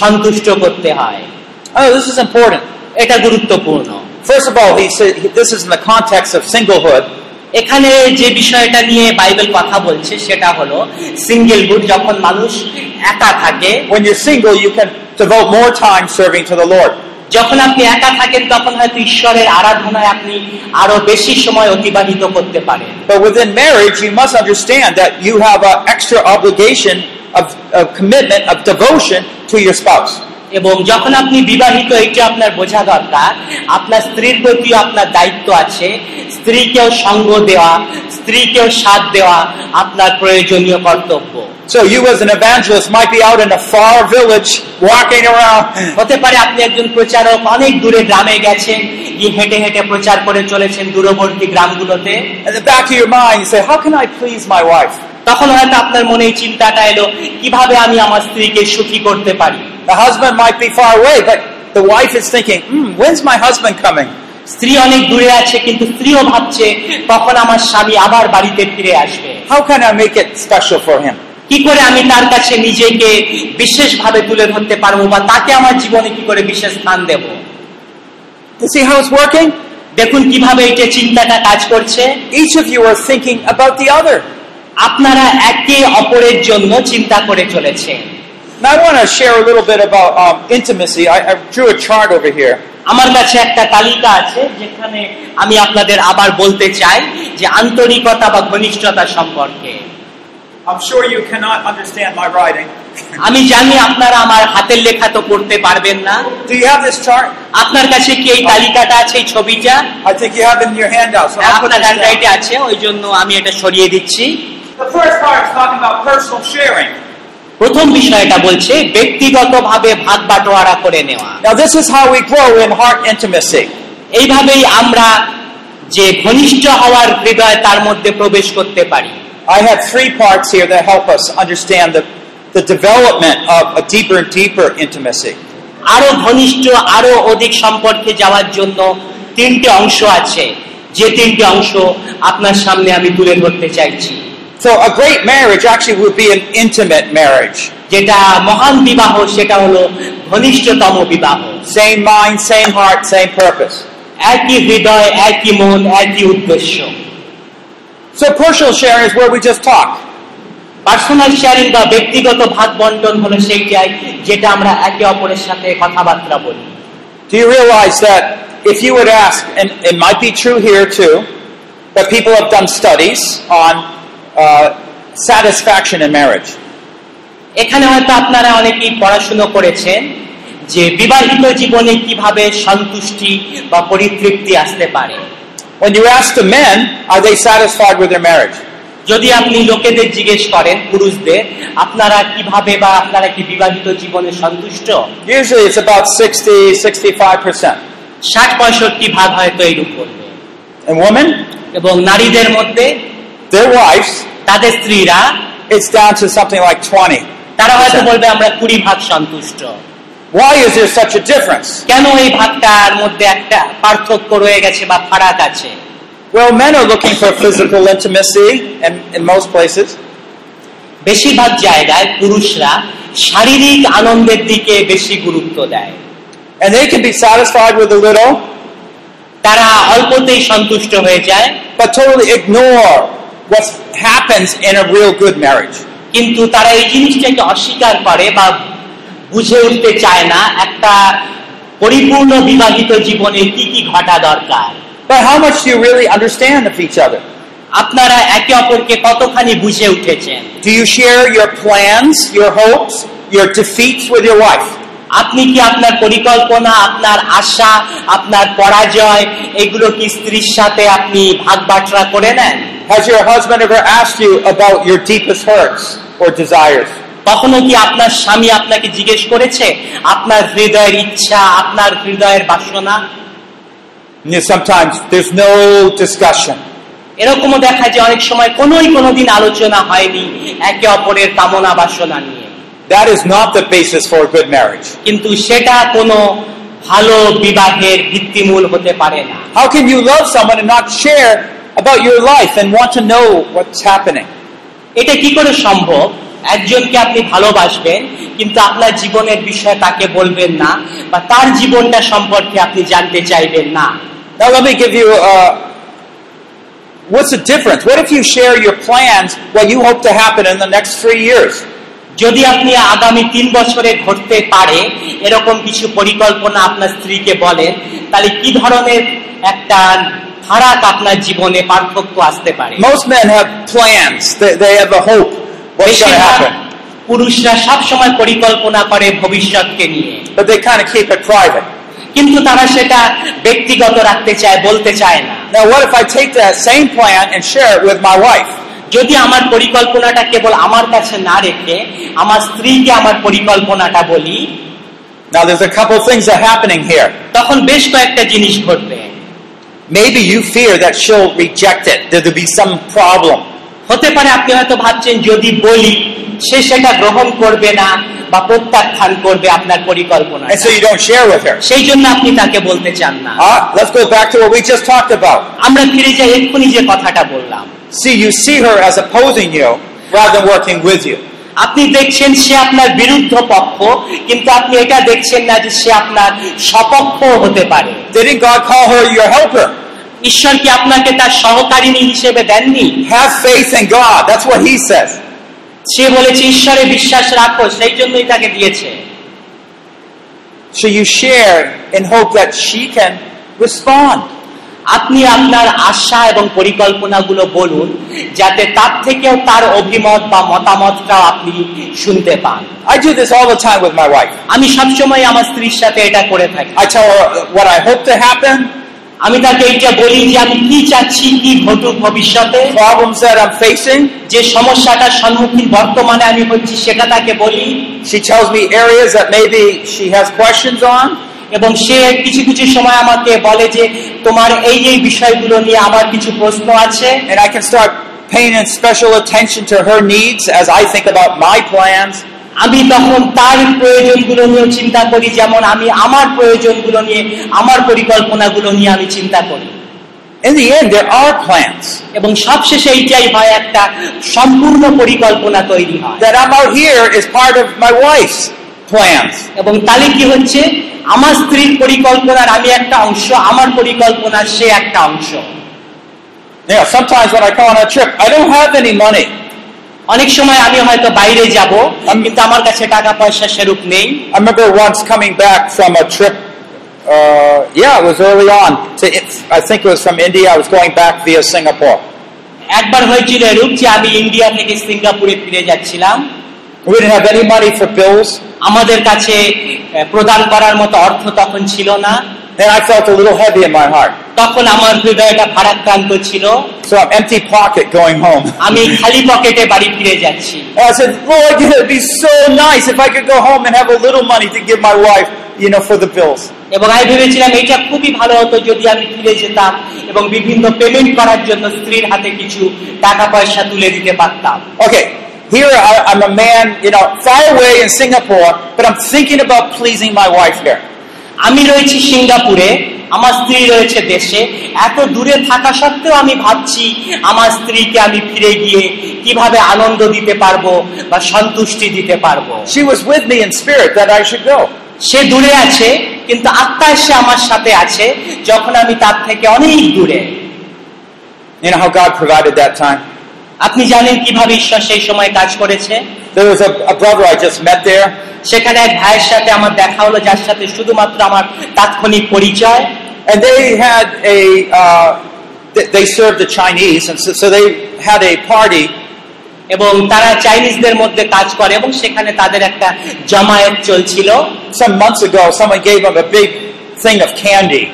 [SPEAKER 4] সন্তুষ্ট করতে হয়
[SPEAKER 2] Oh, this is important.
[SPEAKER 4] এটা গুরুত্বপূর্ণ
[SPEAKER 2] First of all, he said, this is in the context of singlehood.
[SPEAKER 4] এখানে যে বিষয়টা নিয়ে বাইবেল কথা বলছে সেটা হলো সিঙ্গেলহুড যখন মানুষ একা থাকে
[SPEAKER 2] When you're single, you can devote more time serving to the Lord.
[SPEAKER 4] যখন আপনি একা থাকেন তখন হয়তো ঈশ্বরের আরাধনায় আপনি আরো বেশি সময় অতিবাহিত করতে পারেন
[SPEAKER 2] But within marriage, you must understand that you have an extra obligation of, of commitment, of devotion to your spouse.
[SPEAKER 4] এবং যখন আপনি বিবাহিত এটা আপনার বোঝা দরকার আপনার স্ত্রীর প্রতি আপনার দায়িত্ব আছে স্ত্রীকেও সঙ্গ দেওয়া স্ত্রীকেও সাথ দেওয়া আপনার প্রয়োজনীয় কর্তব্য
[SPEAKER 2] So you as an evangelist might be out in a far village walking around.
[SPEAKER 4] হতে পারে আপনি একজন প্রচারক অনেক দূরে গ্রামে গেছেন গিয়ে হেঁটে হেঁটে প্রচার করে চলেছেন দূরবর্তী গ্রামগুলোতে
[SPEAKER 2] In the back of your mind, you say, how can I please my wife?
[SPEAKER 4] তখন হয়তো আপনার মনে এই চিন্তাটা এলো কিভাবে আমি আমার স্ত্রীকে সুখী করতে পারি
[SPEAKER 2] The husband might be far away, but the wife is thinking, hmm, when's my husband coming?
[SPEAKER 4] স্ত্রী অনেক দূরে আছে কিন্তু স্ত্রীও ভাবছে কখন আমার স্বামী আবার বাড়িতে ফিরে আসবে
[SPEAKER 2] How can I make it special for him?
[SPEAKER 4] কি করে আমি তার কাছে নিজেকে বিশেষভাবে তুলে ধরতে পারবো বা তাকে আমার জীবনে কি করে বিশেষ স্থান দেব
[SPEAKER 2] You see how it's working?
[SPEAKER 4] দেখুন কিভাবে এটা চিন্তাটা কাজ করছে
[SPEAKER 2] Each of you are thinking about the other.
[SPEAKER 4] আপনারা একে অপরের জন্য চিন্তা করে চলেছে
[SPEAKER 2] Now I want to share a little bit about um, intimacy. I, I drew a chart over here.
[SPEAKER 4] আমার কাছে একটা তালিকা আছে যেখানে আমি আপনাদের আবার বলতে চাই যে আন্তরিকতা বা ঘনিষ্ঠতা সম্পর্কে
[SPEAKER 2] I'm sure you cannot understand my writing.
[SPEAKER 4] আমি জানি আপনারা আমার হাতের লেখা তো পড়তে পারবেন না
[SPEAKER 2] Do you have this chart?
[SPEAKER 4] আপনার কাছে কি এই তালিকাটা আছে এই ছবিটা
[SPEAKER 2] I think you have it in your handout. So I'll put
[SPEAKER 4] আপনার
[SPEAKER 2] this down.
[SPEAKER 4] হ্যান্ডরাইটে আছে ওই জন্য আমি এটা সরিয়ে দিচ্ছি
[SPEAKER 2] The first part is talking about personal sharing.
[SPEAKER 4] প্রথম বিষয়টা বলছে ব্যক্তিগতভাবে ভাগ বাটোয়ারা করে নেওয়া
[SPEAKER 2] Now this is how we grow in heart intimacy.
[SPEAKER 4] এইভাবেই আমরা যে ঘনিষ্ঠ হওয়ার হৃদয় তার মধ্যে প্রবেশ করতে পারি
[SPEAKER 2] I have three parts here that help us understand the, the development of a deeper and deeper intimacy.
[SPEAKER 4] আরো ঘনিষ্ঠ আরো অধিক সম্পর্কে যাওয়ার জন্য তিনটে অংশ আছে যে তিনটে অংশ আপনার সামনে আমি তুলে ধরতে চাইছি
[SPEAKER 2] So a great marriage actually would be an intimate marriage.
[SPEAKER 4] যেটা মহান বিবাহ সেটা হলো ঘনিষ্ঠতম বিবাহ
[SPEAKER 2] Same mind, same heart, same purpose.
[SPEAKER 4] একই হৃদয় একই মন একই উদ্দেশ্য
[SPEAKER 2] So personal sharing is where we just talk.
[SPEAKER 4] Personal sharing বা ব্যক্তিগত ভাগ বন্টন হলো সেইটাই যেটা আমরা একে অপরের সাথে কথাবার্তা বলি
[SPEAKER 2] Do you realize that if you would ask, and it might be true here too, but people have done studies on uh, satisfaction in marriage.
[SPEAKER 4] এখানে হয়তো আপনারা অনেকেই পড়াশুনো করেছেন যে বিবাহিত জীবনে কিভাবে সন্তুষ্টি বা পরিতৃপ্তি আসতে পারে
[SPEAKER 2] When you ask the men, are they satisfied with their marriage?
[SPEAKER 4] যদি আপনি লোকেদের জিজ্ঞেস করেন পুরুষদের আপনারা কিভাবে বা আপনারা কি বিবাহিত জীবনে সন্তুষ্ট
[SPEAKER 2] Usually it's about 60, 65%.
[SPEAKER 4] ষাট পঁয়ষট্টি ভাগ হয়তো এইরূপ করবে
[SPEAKER 2] And women,
[SPEAKER 4] এবং নারীদের মধ্যে
[SPEAKER 2] their wives,
[SPEAKER 4] তাদের স্ত্রীরা
[SPEAKER 2] it's down to something like 20.
[SPEAKER 4] তারা হয়তো বলবে আমরা কুড়ি ভাগ সন্তুষ্ট
[SPEAKER 2] Why is there such a difference?
[SPEAKER 4] কেন এই ভাগটার মধ্যে একটা পার্থক্য রয়ে গেছে বা ফারাক আছে
[SPEAKER 2] Well, men are looking for physical intimacy in, in most places.
[SPEAKER 4] বেশিরভাগ জায়গায় পুরুষরা শারীরিক আনন্দের দিকে বেশি গুরুত্ব দেয়
[SPEAKER 2] And they can be satisfied with a little,
[SPEAKER 4] তারা অল্পতেই সন্তুষ্ট হয়ে যায়
[SPEAKER 2] but totally ignore what happens in a real good marriage.
[SPEAKER 4] কিন্তু তারা এই জিনিসটাকে অস্বীকার করে বা বুঝে উঠতে চায় না একটা পরিপূর্ণ বিবাহিত জীবনে কি কি ঘটা দরকার
[SPEAKER 2] But how much do you really understand of each other?
[SPEAKER 4] আপনারা একে অপরকে কতখানি বুঝে উঠেছেন
[SPEAKER 2] Do you share your plans, your hopes, your defeats with your wife?
[SPEAKER 4] আপনি কি আপনার পরিকল্পনা আপনার আশা আপনার পরাজয় এগুলো কি স্ত্রীর সাথে আপনি ভাগ বাটরা করে নেন
[SPEAKER 2] Has your husband ever asked you about your deepest hurts or desires?
[SPEAKER 4] কখনো কি আপনার স্বামী আপনাকে জিজ্ঞেস করেছে আপনার হৃদয়ের ইচ্ছা আপনার হৃদয়ের বাসনা
[SPEAKER 2] You know, sometimes there's no discussion.
[SPEAKER 4] এরকমও দেখা যায় অনেক সময় কোনোই কোনোদিন আলোচনা হয়নি একে অপরের কামনা বাসনা নিয়ে
[SPEAKER 2] That is not the basis for a good marriage.
[SPEAKER 4] কিন্তু সেটা কোনো ভালো বিবাহের ভিত্তিমূল হতে পারে না
[SPEAKER 2] How can you love someone and not share about your life and want to know what's happening?
[SPEAKER 4] এটা কি করে সম্ভব একজনকে আপনি ভালোবাসবেন কিন্তু আপনার জীবনের বিষয়ে তাকে বলবেন না বা তার জীবনটা সম্পর্কে আপনি জানতে চাইবেন না
[SPEAKER 2] Now, let me give you uh, what's the difference? What if you share your plans, what you hope to happen in the next three years?
[SPEAKER 4] যদি আপনি আগামী তিন বছরে ঘটতে পারে এরকম কিছু পরিকল্পনা আপনার স্ত্রীকে বলেন তাহলে কি ধরনের একটা ফারাক আপনার জীবনে পার্থক্য আসতে পারে
[SPEAKER 2] Most men have plans, they, they have a hope. What's going to
[SPEAKER 4] বেশিরভাগ
[SPEAKER 2] happen?
[SPEAKER 4] পুরুষরা সবসময় পরিকল্পনা করে ভবিষ্যৎকে নিয়ে
[SPEAKER 2] But they kind of keep it private.
[SPEAKER 4] কিন্তু তারা সেটা ব্যক্তিগত রাখতে চায় বলতে চায় না
[SPEAKER 2] Now, what if I take that same plan and share it with my wife?
[SPEAKER 4] যদি আমার পরিকল্পনাটা কেবল আমার কাছে না রেখে আমার স্ত্রীকে আমার পরিকল্পনাটা বলি
[SPEAKER 2] Now, there's a couple things that are happening here.
[SPEAKER 4] তখন বেশ কয়েকটা জিনিস ঘটবে
[SPEAKER 2] Maybe you fear that she'll reject it. There'll be some problem.
[SPEAKER 4] হতে পারে আপনি হয়তো ভাবছেন যদি বলি সে সেটা গ্রহণ করবে না বা প্রত্যাখ্যান করবে আপনার পরিকল্পনা
[SPEAKER 2] And so you don't share with her.
[SPEAKER 4] সেই জন্য আপনি তাকে বলতে চান না
[SPEAKER 2] Ah, let's go back to what we just talked about.
[SPEAKER 4] আমরা ফিরে যাই এক্ষুনি যে কথাটা বললাম
[SPEAKER 2] See, you see her as opposing you rather than working with you.
[SPEAKER 4] আপনি দেখছেন সে আপনার বিরুদ্ধ পক্ষ কিন্তু আপনি এটা দেখছেন না যে সে আপনার সপক্ষ হতে পারে
[SPEAKER 2] Didn't God call her your helper?
[SPEAKER 4] ঈশ্বর কি আপনাকে তার সহকারিণী হিসেবে দেননি
[SPEAKER 2] Have faith in God. That's what he says.
[SPEAKER 4] সে বলেছে ঈশ্বরে বিশ্বাস রাখো সেই জন্যই তাকে দিয়েছে
[SPEAKER 2] So you share in hope that she can respond.
[SPEAKER 4] আপনি আপনার আশা এবং পরিকল্পনাগুলো বলুন যাতে তার থেকেও তার অভিমত বা মতামতটাও আপনি শুনতে পান
[SPEAKER 2] I do this all the time with my wife.
[SPEAKER 4] আমি সবসময় আমার স্ত্রীর সাথে এটা করে থাকি
[SPEAKER 2] I tell her what I hope to happen,
[SPEAKER 4] আমি তাকে এইটা বলি যে আমি কি চাচ্ছি কি ঘটুক ভবিষ্যতে
[SPEAKER 2] problems that I'm facing.
[SPEAKER 4] যে সমস্যাটার সম্মুখীন বর্তমানে আমি হচ্ছি সেটা তাকে বলি
[SPEAKER 2] She tells me areas that maybe she has questions on.
[SPEAKER 4] এবং সে কিছু কিছু সময় আমাকে বলে যে তোমার এই এই বিষয়গুলো নিয়ে আমার কিছু প্রশ্ন আছে
[SPEAKER 2] and I can start paying special attention to her needs as I think about my plans.
[SPEAKER 4] আমি তখন তার প্রয়োজনগুলো নিয়ে চিন্তা করি যেমন আমি আমার প্রয়োজনগুলো নিয়ে আমার পরিকল্পনাগুলো নিয়ে আমি চিন্তা করি
[SPEAKER 2] In the end, there are plans
[SPEAKER 4] এবং সবশেষে এইটাই হয় একটা সম্পূর্ণ পরিকল্পনা তৈরি হয়
[SPEAKER 2] that I'm out here is part of my wife's plans.
[SPEAKER 4] এবং তাহলে কি হচ্ছে আমার স্ত্রীর পরিকল্পনার আমি একটা অংশ আমার পরিকল্পনার সে একটা অংশ
[SPEAKER 2] You know, sometimes when I go on a trip, I don't have any money.
[SPEAKER 4] অনেক সময় আমি হয়তো বাইরে যাব
[SPEAKER 2] আমি-
[SPEAKER 4] কিন্তু আমার কাছে টাকা পয়সা সেরূপ নেই
[SPEAKER 2] I remember once coming back from a trip. Uh, yeah, it was early on. To, I think it was from India. I was going back via Singapore.
[SPEAKER 4] একবার হয়েছিল এরূপ যে আমি ইন্ডিয়া থেকে সিঙ্গাপুরে ফিরে যাচ্ছিলাম
[SPEAKER 2] We didn't have any money for bills,
[SPEAKER 4] আমাদের কাছে এ, প্রদান করার মতো অর্থ তখন ছিল না
[SPEAKER 2] and I felt a little heavy in my heart.
[SPEAKER 4] তখন আমার হৃদয়টা ভারাক্রান্ত ছিল
[SPEAKER 2] So I'm empty pocket going home.
[SPEAKER 4] আমি খালি পকেটে বাড়ি ফিরে যাচ্ছি
[SPEAKER 2] And I said, Lord, it would be so nice if I could go home and have a little money to give my wife, you know, for the bills.
[SPEAKER 4] এবং আমি ভেবেছিলাম এটা খুবই ভালো হতো যদি আমি ফিরে যেতাম এবং বিভিন্ন পেমেন্ট করার জন্য স্ত্রীর হাতে কিছু টাকা পয়সা তুলে দিতে পারতাম
[SPEAKER 2] Okay, here I, I'm a man, you know, far away in Singapore, but I'm thinking about pleasing my wife here.
[SPEAKER 4] আমি রয়েছি সিঙ্গাপুরে আমার স্ত্রী রয়েছে দেশে এত দূরে থাকা সত্ত্বেও আমি ভাবছি আমার স্ত্রীকে আমি ফিরে গিয়ে কিভাবে আনন্দ দিতে পারবো বা সন্তুষ্টি দিতে পারবো
[SPEAKER 2] She was with me in spirit that I should go.
[SPEAKER 4] সে দূরে আছে কিন্তু আত্মায় সে আমার সাথে আছে যখন আমি তার থেকে অনেক দূরে
[SPEAKER 2] You know how God provided that time?
[SPEAKER 4] আপনি জানেন কিভাবে ঈশ্বর সেই সময় কাজ করেছে
[SPEAKER 2] There was a, a brother I just met there,
[SPEAKER 4] সেখানে এক ভাইয়ের সাথে আমার দেখা হলো যার সাথে শুধুমাত্র আমার তাৎক্ষণিক পরিচয়
[SPEAKER 2] and they had a, uh, th- they served the Chinese, and so, so they had a party,
[SPEAKER 4] এবং তারা চাইনিজদের মধ্যে কাজ করে এবং সেখানে তাদের একটা জামায়াত চলছিল
[SPEAKER 2] some months ago, someone gave them a big thing of candy.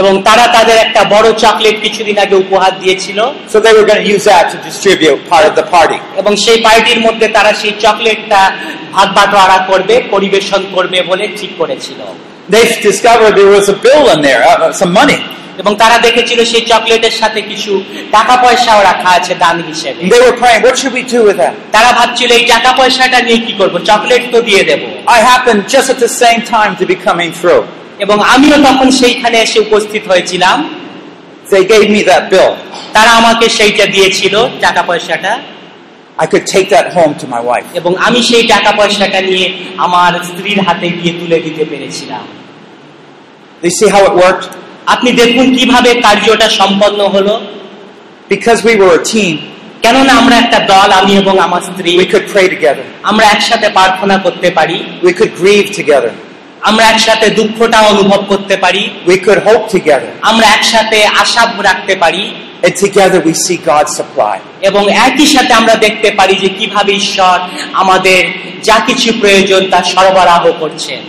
[SPEAKER 4] এবং তারা তাদের একটা বড় চকলেট কিছুদিন আগে উপহার দিয়েছিল
[SPEAKER 2] So they were going to use that to distribute part of the party.
[SPEAKER 4] এবং সেই পার্টির মধ্যে তারা সেই চকলেটটা ভাগ বাটোয়ারা করবে পরিবেশন করবে বলে ঠিক করেছিল
[SPEAKER 2] They discovered there was a bill in there, uh, uh, some money.
[SPEAKER 4] এবং তারা দেখেছিল সেই চকলেটের সাথে কিছু টাকা পয়সাও রাখা আছে দান হিসেবে
[SPEAKER 2] And they were praying, what should we do with that?
[SPEAKER 4] তারা ভাবছিল এই টাকা পয়সাটা নিয়ে কি করব চকলেট তো দিয়ে দেব
[SPEAKER 2] I happened just at the same time to be coming through.
[SPEAKER 4] এবং আমিও তখন সেইখানে এসে উপস্থিত হয়েছিলাম
[SPEAKER 2] They gave me that bill.
[SPEAKER 4] তারা আমাকে সেইটা দিয়েছিল টাকা পয়সাটা
[SPEAKER 2] I could take that home to my wife.
[SPEAKER 4] এবং আমি সেই টাকা পয়সাটা নিয়ে আমার স্ত্রীর হাতে গিয়ে তুলে দিতে পেরেছিলাম
[SPEAKER 2] You see how it worked?
[SPEAKER 4] আপনি দেখুন কিভাবে কার্যটা সম্পন্ন হলো
[SPEAKER 2] Because we were a team,
[SPEAKER 4] কেননা আমরা একটা দল আমি এবং আমার স্ত্রী
[SPEAKER 2] we could pray together.
[SPEAKER 4] আমরা একসাথে প্রার্থনা করতে পারি
[SPEAKER 2] We could grieve together.
[SPEAKER 4] আমরা একসাথে দুঃখটা অনুভব করতে পারি
[SPEAKER 2] We could hope together.
[SPEAKER 4] আমরা একসাথে আশা রাখতে পারি
[SPEAKER 2] And together we see God supply.
[SPEAKER 4] এবং একই সাথে আমরা দেখতে পারি যে কিভাবে ঈশ্বর আমাদের যা কিছু প্রয়োজন তা সরবরাহ করছেন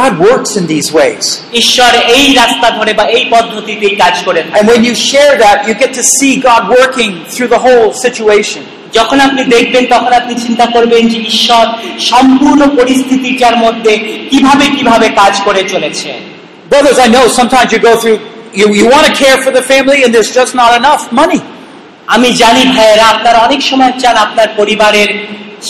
[SPEAKER 2] God works in these ways.
[SPEAKER 4] ঈশ্বর এই রাস্তা ধরে বা এই পদ্ধতিতেই কাজ করেন
[SPEAKER 2] And when you share that, you get to see God working through the whole situation.
[SPEAKER 4] যখন আপনি দেখবেন তখন আপনি চিন্তা করবেন যে ঈশ্বর সম্পূর্ণ পরিস্থিতিটার মধ্যে কিভাবে কিভাবে কাজ করে চলেছে
[SPEAKER 2] Brothers, I know sometimes you go through, you, you want to care for the family and there's just not enough money.
[SPEAKER 4] আমি জানি ভাইয়েরা আপনার অনেক সময় চান আপনার পরিবারের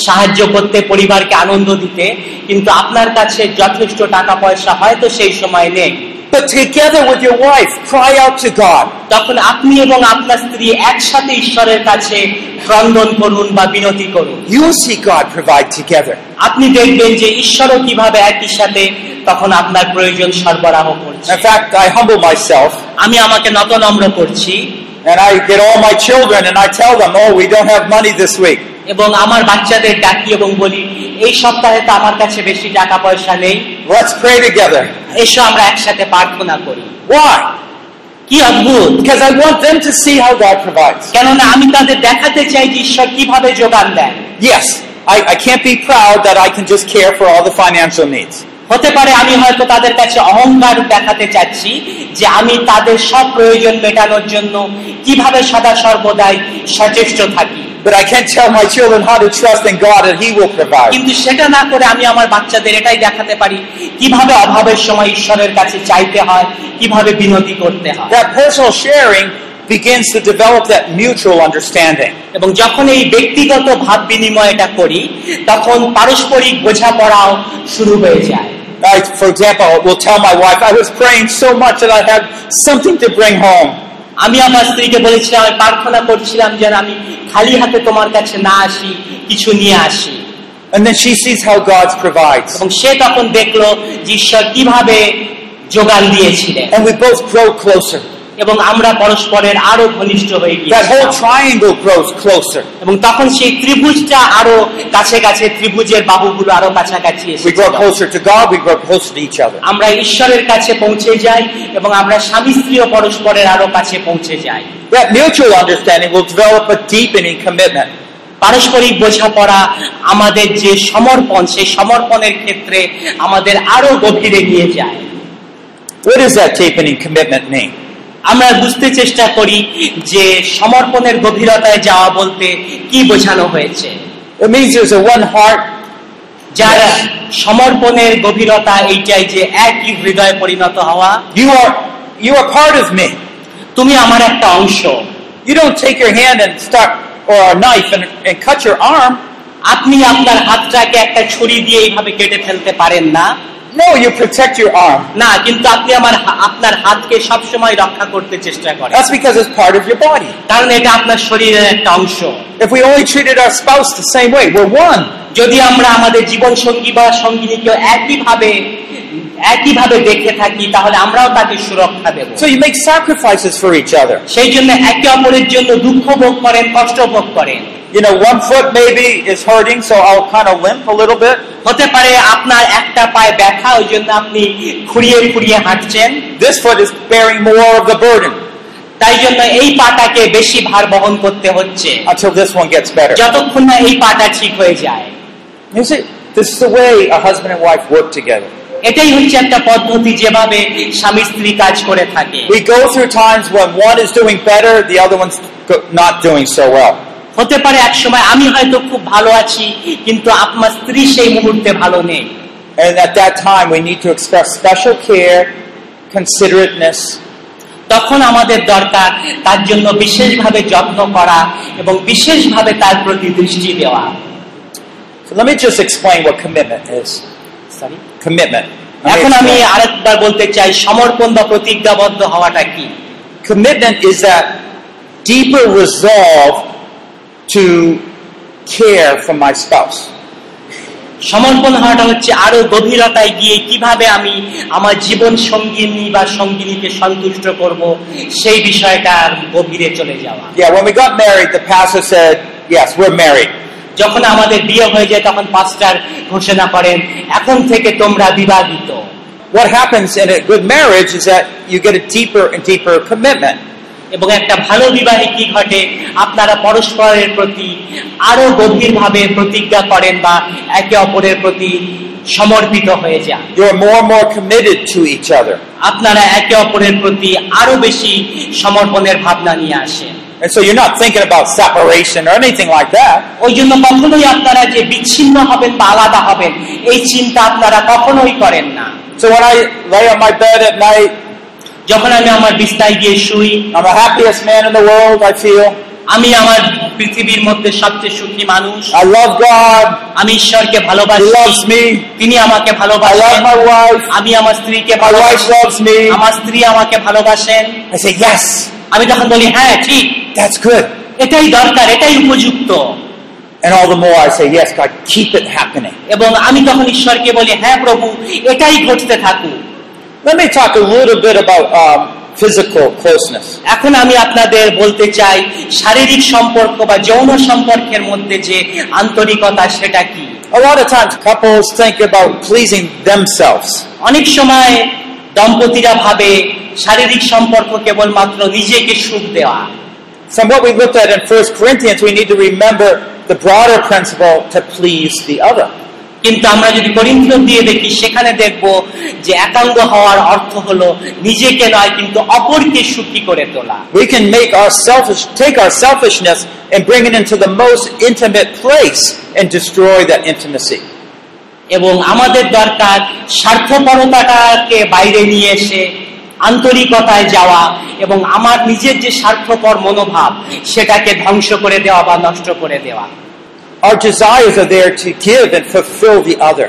[SPEAKER 4] সাহায্য করতে পরিবারকে আনন্দ দিতে কিন্তু আপনার কাছে যথেষ্ট টাকা পয়সা হয়তো সেই সময় নেই
[SPEAKER 2] But together with your wife, cry out to God.
[SPEAKER 4] তখন আপনি এবং আপনার স্ত্রী একসাথে ঈশ্বরের কাছে ক্রন্দন করুন বা বিনতি করুন
[SPEAKER 2] You'll see God provide together.
[SPEAKER 4] আপনি দেখবেন যে ঈশ্বরও কিভাবে একই সাথে তখন আপনার প্রয়োজন সরবরাহ করছে
[SPEAKER 2] In fact, I humble myself
[SPEAKER 4] আমি আমাকে নতনম্র করছি
[SPEAKER 2] and I get all my children and I tell them, oh, we don't have money this week.
[SPEAKER 4] এবং আমার বাচ্চাদের ডাকি এবং বলি এই সপ্তাহে তো আমার কাছে বেশি টাকা পয়সা নেই
[SPEAKER 2] Let's pray together.
[SPEAKER 4] এসো আমরা একসাথে প্রার্থনা করি
[SPEAKER 2] Why?
[SPEAKER 4] কি অদ্ভুত
[SPEAKER 2] Because I want them to see how God provides.
[SPEAKER 4] কেননা আমি তাদের দেখাতে চাই যে ঈশ্বর কিভাবে যোগান দেন
[SPEAKER 2] Yes, I, I can't be proud that I can just care for all the financial needs.
[SPEAKER 4] হতে পারে আমি হয়তো তাদের কাছে অহংকার দেখাতে চাচ্ছি যে আমি তাদের সব প্রয়োজন মেটানোর জন্য কিভাবে সদা সর্বদাই সচেষ্ট থাকি
[SPEAKER 2] But I can't tell my children how to trust in God and He will provide.
[SPEAKER 4] কিন্তু সেটা না করে আমি আমার বাচ্চাদের এটাই দেখাতে পারি কিভাবে অভাবের সময় ঈশ্বরের কাছে চাইতে হয় কিভাবে বিনতি করতে হয়
[SPEAKER 2] That personal sharing begins to develop that mutual understanding.
[SPEAKER 4] এবং যখন এই ব্যক্তিগত ভাব বিনিময়টা করি তখন পারস্পরিক বোঝাপড়াও শুরু হয়ে যায়
[SPEAKER 2] I, for example, will tell my wife, I was praying so much that I had something to bring home.
[SPEAKER 4] আমি আমার স্ত্রীকে বলেছিলাম আমি প্রার্থনা করছিলাম যেন আমি খালি হাতে তোমার কাছে না আসি কিছু নিয়ে আসি
[SPEAKER 2] And then she sees how God provides.
[SPEAKER 4] এবং সে তখন দেখলো যে ঈশ্বর কিভাবে যোগান দিয়েছিলেন
[SPEAKER 2] And we both grow closer.
[SPEAKER 4] এবং আমরা পরস্পরের আরো ঘনিষ্ঠ হয়ে
[SPEAKER 2] That whole
[SPEAKER 4] গিয়েছিলাম
[SPEAKER 2] triangle grows closer.
[SPEAKER 4] এবং তখন সেই ত্রিভুজটা আরো কাছে কাছে ত্রিভুজের বাহুগুলো আরো কাছাকাছি
[SPEAKER 2] We grow
[SPEAKER 4] এসেছিল
[SPEAKER 2] closer to God, we grow closer to each other.
[SPEAKER 4] আমরা ঈশ্বরের কাছে পৌঁছে যাই এবং আমরা স্বামী স্ত্রীও পরস্পরের আরো কাছে পৌঁছে যাই
[SPEAKER 2] That mutual understanding will develop a deepening commitment.
[SPEAKER 4] পারস্পরিক বোঝাপড়া আমাদের যে সমর্পণ সেই সমর্পণের ক্ষেত্রে আমাদের আরো গভীরে নিয়ে যায়
[SPEAKER 2] What does that deepening commitment mean?
[SPEAKER 4] আমরা বুঝতে চেষ্টা করি যে সমর্পণের গভীরতায় যাওয়া বলতে কি বোঝানো হয়েছে
[SPEAKER 2] It means there's a one heart,
[SPEAKER 4] যারা সমর্পণের গভীরতা এইটাই যে একই হৃদয়ে পরিণত হওয়া
[SPEAKER 2] you are you are part of me.
[SPEAKER 4] তুমি আমার একটা অংশ
[SPEAKER 2] You don't take your hand and start or a knife and, and cut your arm.
[SPEAKER 4] আপনি আপনার হাতটাকে একটা ছুরি দিয়ে এইভাবে কেটে ফেলতে পারেন না
[SPEAKER 2] No, you protect your arm.
[SPEAKER 4] না কিন্তু আপনি আমার হা- আপনার হাতকে সবসময় রক্ষা করতে চেষ্টা করেন
[SPEAKER 2] That's because it's part of your body.
[SPEAKER 4] কারণ এটা আপনার শরীরের একটা অংশ
[SPEAKER 2] If we only treated our spouse the same way, we're one.
[SPEAKER 4] যদি আমরা আমাদের জীবন সঙ্গী বা সঙ্গিনীকে একইভাবে একইভাবে দেখে থাকি তাহলে আমরাও তাকে সুরক্ষা দেব
[SPEAKER 2] So you make sacrifices for each other.
[SPEAKER 4] সেই জন্য একে অপরের জন্য দুঃখ ভোগ করেন কষ্ট ভোগ করেন
[SPEAKER 2] You know, one foot maybe is hurting, so I'll kind of limp a little bit.
[SPEAKER 4] হতে পারে আপনার একটা পায়ে ব্যথা ওই জন্য আপনি খুঁড়িয়ে খুঁড়িয়ে হাঁটছেন
[SPEAKER 2] This foot is bearing more of the burden
[SPEAKER 4] তাই জন্য এই পাটাকে বেশি ভার বহন করতে হচ্ছে
[SPEAKER 2] until this one gets better.
[SPEAKER 4] যতক্ষণ না এই পাটা ঠিক হয়ে যায়
[SPEAKER 2] You see, this is the way a husband and wife work together.
[SPEAKER 4] এটাই হচ্ছে একটা পদ্ধতি যেভাবে স্বামী স্ত্রী কাজ করে থাকে
[SPEAKER 2] We go through times when one is doing better, the other one's go- not doing so well.
[SPEAKER 4] হতে পারে এক সময় আমি হয়তো খুব ভালো আছি কিন্তু আপনার স্ত্রী সেই মুহূর্তে ভালো নেই
[SPEAKER 2] And at that time, we need to express special care, considerateness,
[SPEAKER 4] তখন আমাদের দরকার তার জন্য বিশেষভাবে যত্ন করা এবং বিশেষভাবে তার প্রতি দৃষ্টি দেওয়া
[SPEAKER 2] So let me just explain what commitment is.
[SPEAKER 4] Sorry.
[SPEAKER 2] Commitment. Let me
[SPEAKER 4] এখন আমি
[SPEAKER 2] explain.
[SPEAKER 4] আরেকবার বলতে চাই সমর্পণ বা প্রতিজ্ঞাবদ্ধ হওয়াটা কি
[SPEAKER 2] Commitment is that deeper resolve to care for my spouse.
[SPEAKER 4] সমর্পণ হওয়াটা হচ্ছে আরো গভীরতায় গিয়ে কিভাবে আমি আমার জীবন সঙ্গিনী বা সঙ্গিনীকে সন্তুষ্ট করব সেই বিষয়টার গভীরে চলে যাওয়া
[SPEAKER 2] Yeah, when we got married, the pastor said, Yes, we're married.
[SPEAKER 4] যখন আমাদের বিয়ে হয়ে যায় তখন পাস্টার ঘোষণা করেন এখন থেকে তোমরা বিবাহিত
[SPEAKER 2] What happens in a good marriage is that you get a deeper and deeper commitment.
[SPEAKER 4] এবং একটা ভালো বিবাহে কি ঘটে আপনারা পরস্পরের প্রতি আরো গভীরভাবে প্রতিজ্ঞা করেন বা একে অপরের প্রতি সমর্পিত হয়ে যান
[SPEAKER 2] You're more and more committed to each other.
[SPEAKER 4] আপনারা একে অপরের প্রতি আরো বেশি সমর্পণের ভাবনা নিয়ে আসেন
[SPEAKER 2] And so you're not thinking about separation or anything like that.
[SPEAKER 4] ওই জন্য কখনোই আপনারা যে বিচ্ছিন্ন হবেন বা আলাদা হবেন এই চিন্তা আপনারা কখনোই করেন না
[SPEAKER 2] So when I lay on my bed at night,
[SPEAKER 4] যখন আমি আমার বিস্তায় গিয়ে শুই
[SPEAKER 2] I'm the happiest man in the world, I feel.
[SPEAKER 4] আমি আমার পৃথিবীর মধ্যে সবচেয়ে সুখী মানুষ
[SPEAKER 2] I love God.
[SPEAKER 4] আমি ঈশ্বরকে
[SPEAKER 2] He
[SPEAKER 4] ভালোবাসি
[SPEAKER 2] loves me.
[SPEAKER 4] তিনি আমাকে
[SPEAKER 2] I
[SPEAKER 4] ভালোবাসেন
[SPEAKER 2] love my wife.
[SPEAKER 4] আমি আমার স্ত্রীকে
[SPEAKER 2] My wife
[SPEAKER 4] ভালোবাসি
[SPEAKER 2] loves me.
[SPEAKER 4] আমার স্ত্রী আমাকে ভালোবাসেন
[SPEAKER 2] I say, Yes,
[SPEAKER 4] আমি তখন বলি হ্যাঁ ঠিক
[SPEAKER 2] that's good.
[SPEAKER 4] এটাই দরকার এটাই উপযুক্ত
[SPEAKER 2] And all the more I say, Yes, God, keep it happening.
[SPEAKER 4] এবং আমি তখন ঈশ্বরকে বলি হ্যাঁ প্রভু এটাই ঘটতে থাকুক
[SPEAKER 2] Let me talk a little bit about um, physical closeness.
[SPEAKER 4] এখন আমি আপনাদের বলতে চাই শারীরিক সম্পর্ক বা যৌন সম্পর্কের মধ্যে যে আন্তরিকতা সেটা কি
[SPEAKER 2] A lot of times couples think about pleasing themselves.
[SPEAKER 4] অনেক সময় দম্পতিরা ভাবে শারীরিক সম্পর্ক কেবলমাত্র নিজেকে সুখ দেওয়া
[SPEAKER 2] From what we looked at in 1 Corinthians, we need to remember the broader principle to please the other.
[SPEAKER 4] কিন্তু আমরা যদি করিন্দ্র দিয়ে দেখি সেখানে দেখব যে একাঙ্গ হওয়ার অর্থ হলো নিজেকে নয় কিন্তু অপরকে সুখী করে তোলা
[SPEAKER 2] We can make our selfish take our selfishness and bring it into the most intimate place and destroy that intimacy.
[SPEAKER 4] এবং আমাদের দরকার স্বার্থপরতাটাকে বাইরে নিয়ে এসে আন্তরিকতায় যাওয়া এবং আমার নিজের যে স্বার্থপর মনোভাব সেটাকে ধ্বংস করে দেওয়া বা নষ্ট করে দেওয়া
[SPEAKER 2] Our desires are there to give and fulfill the other.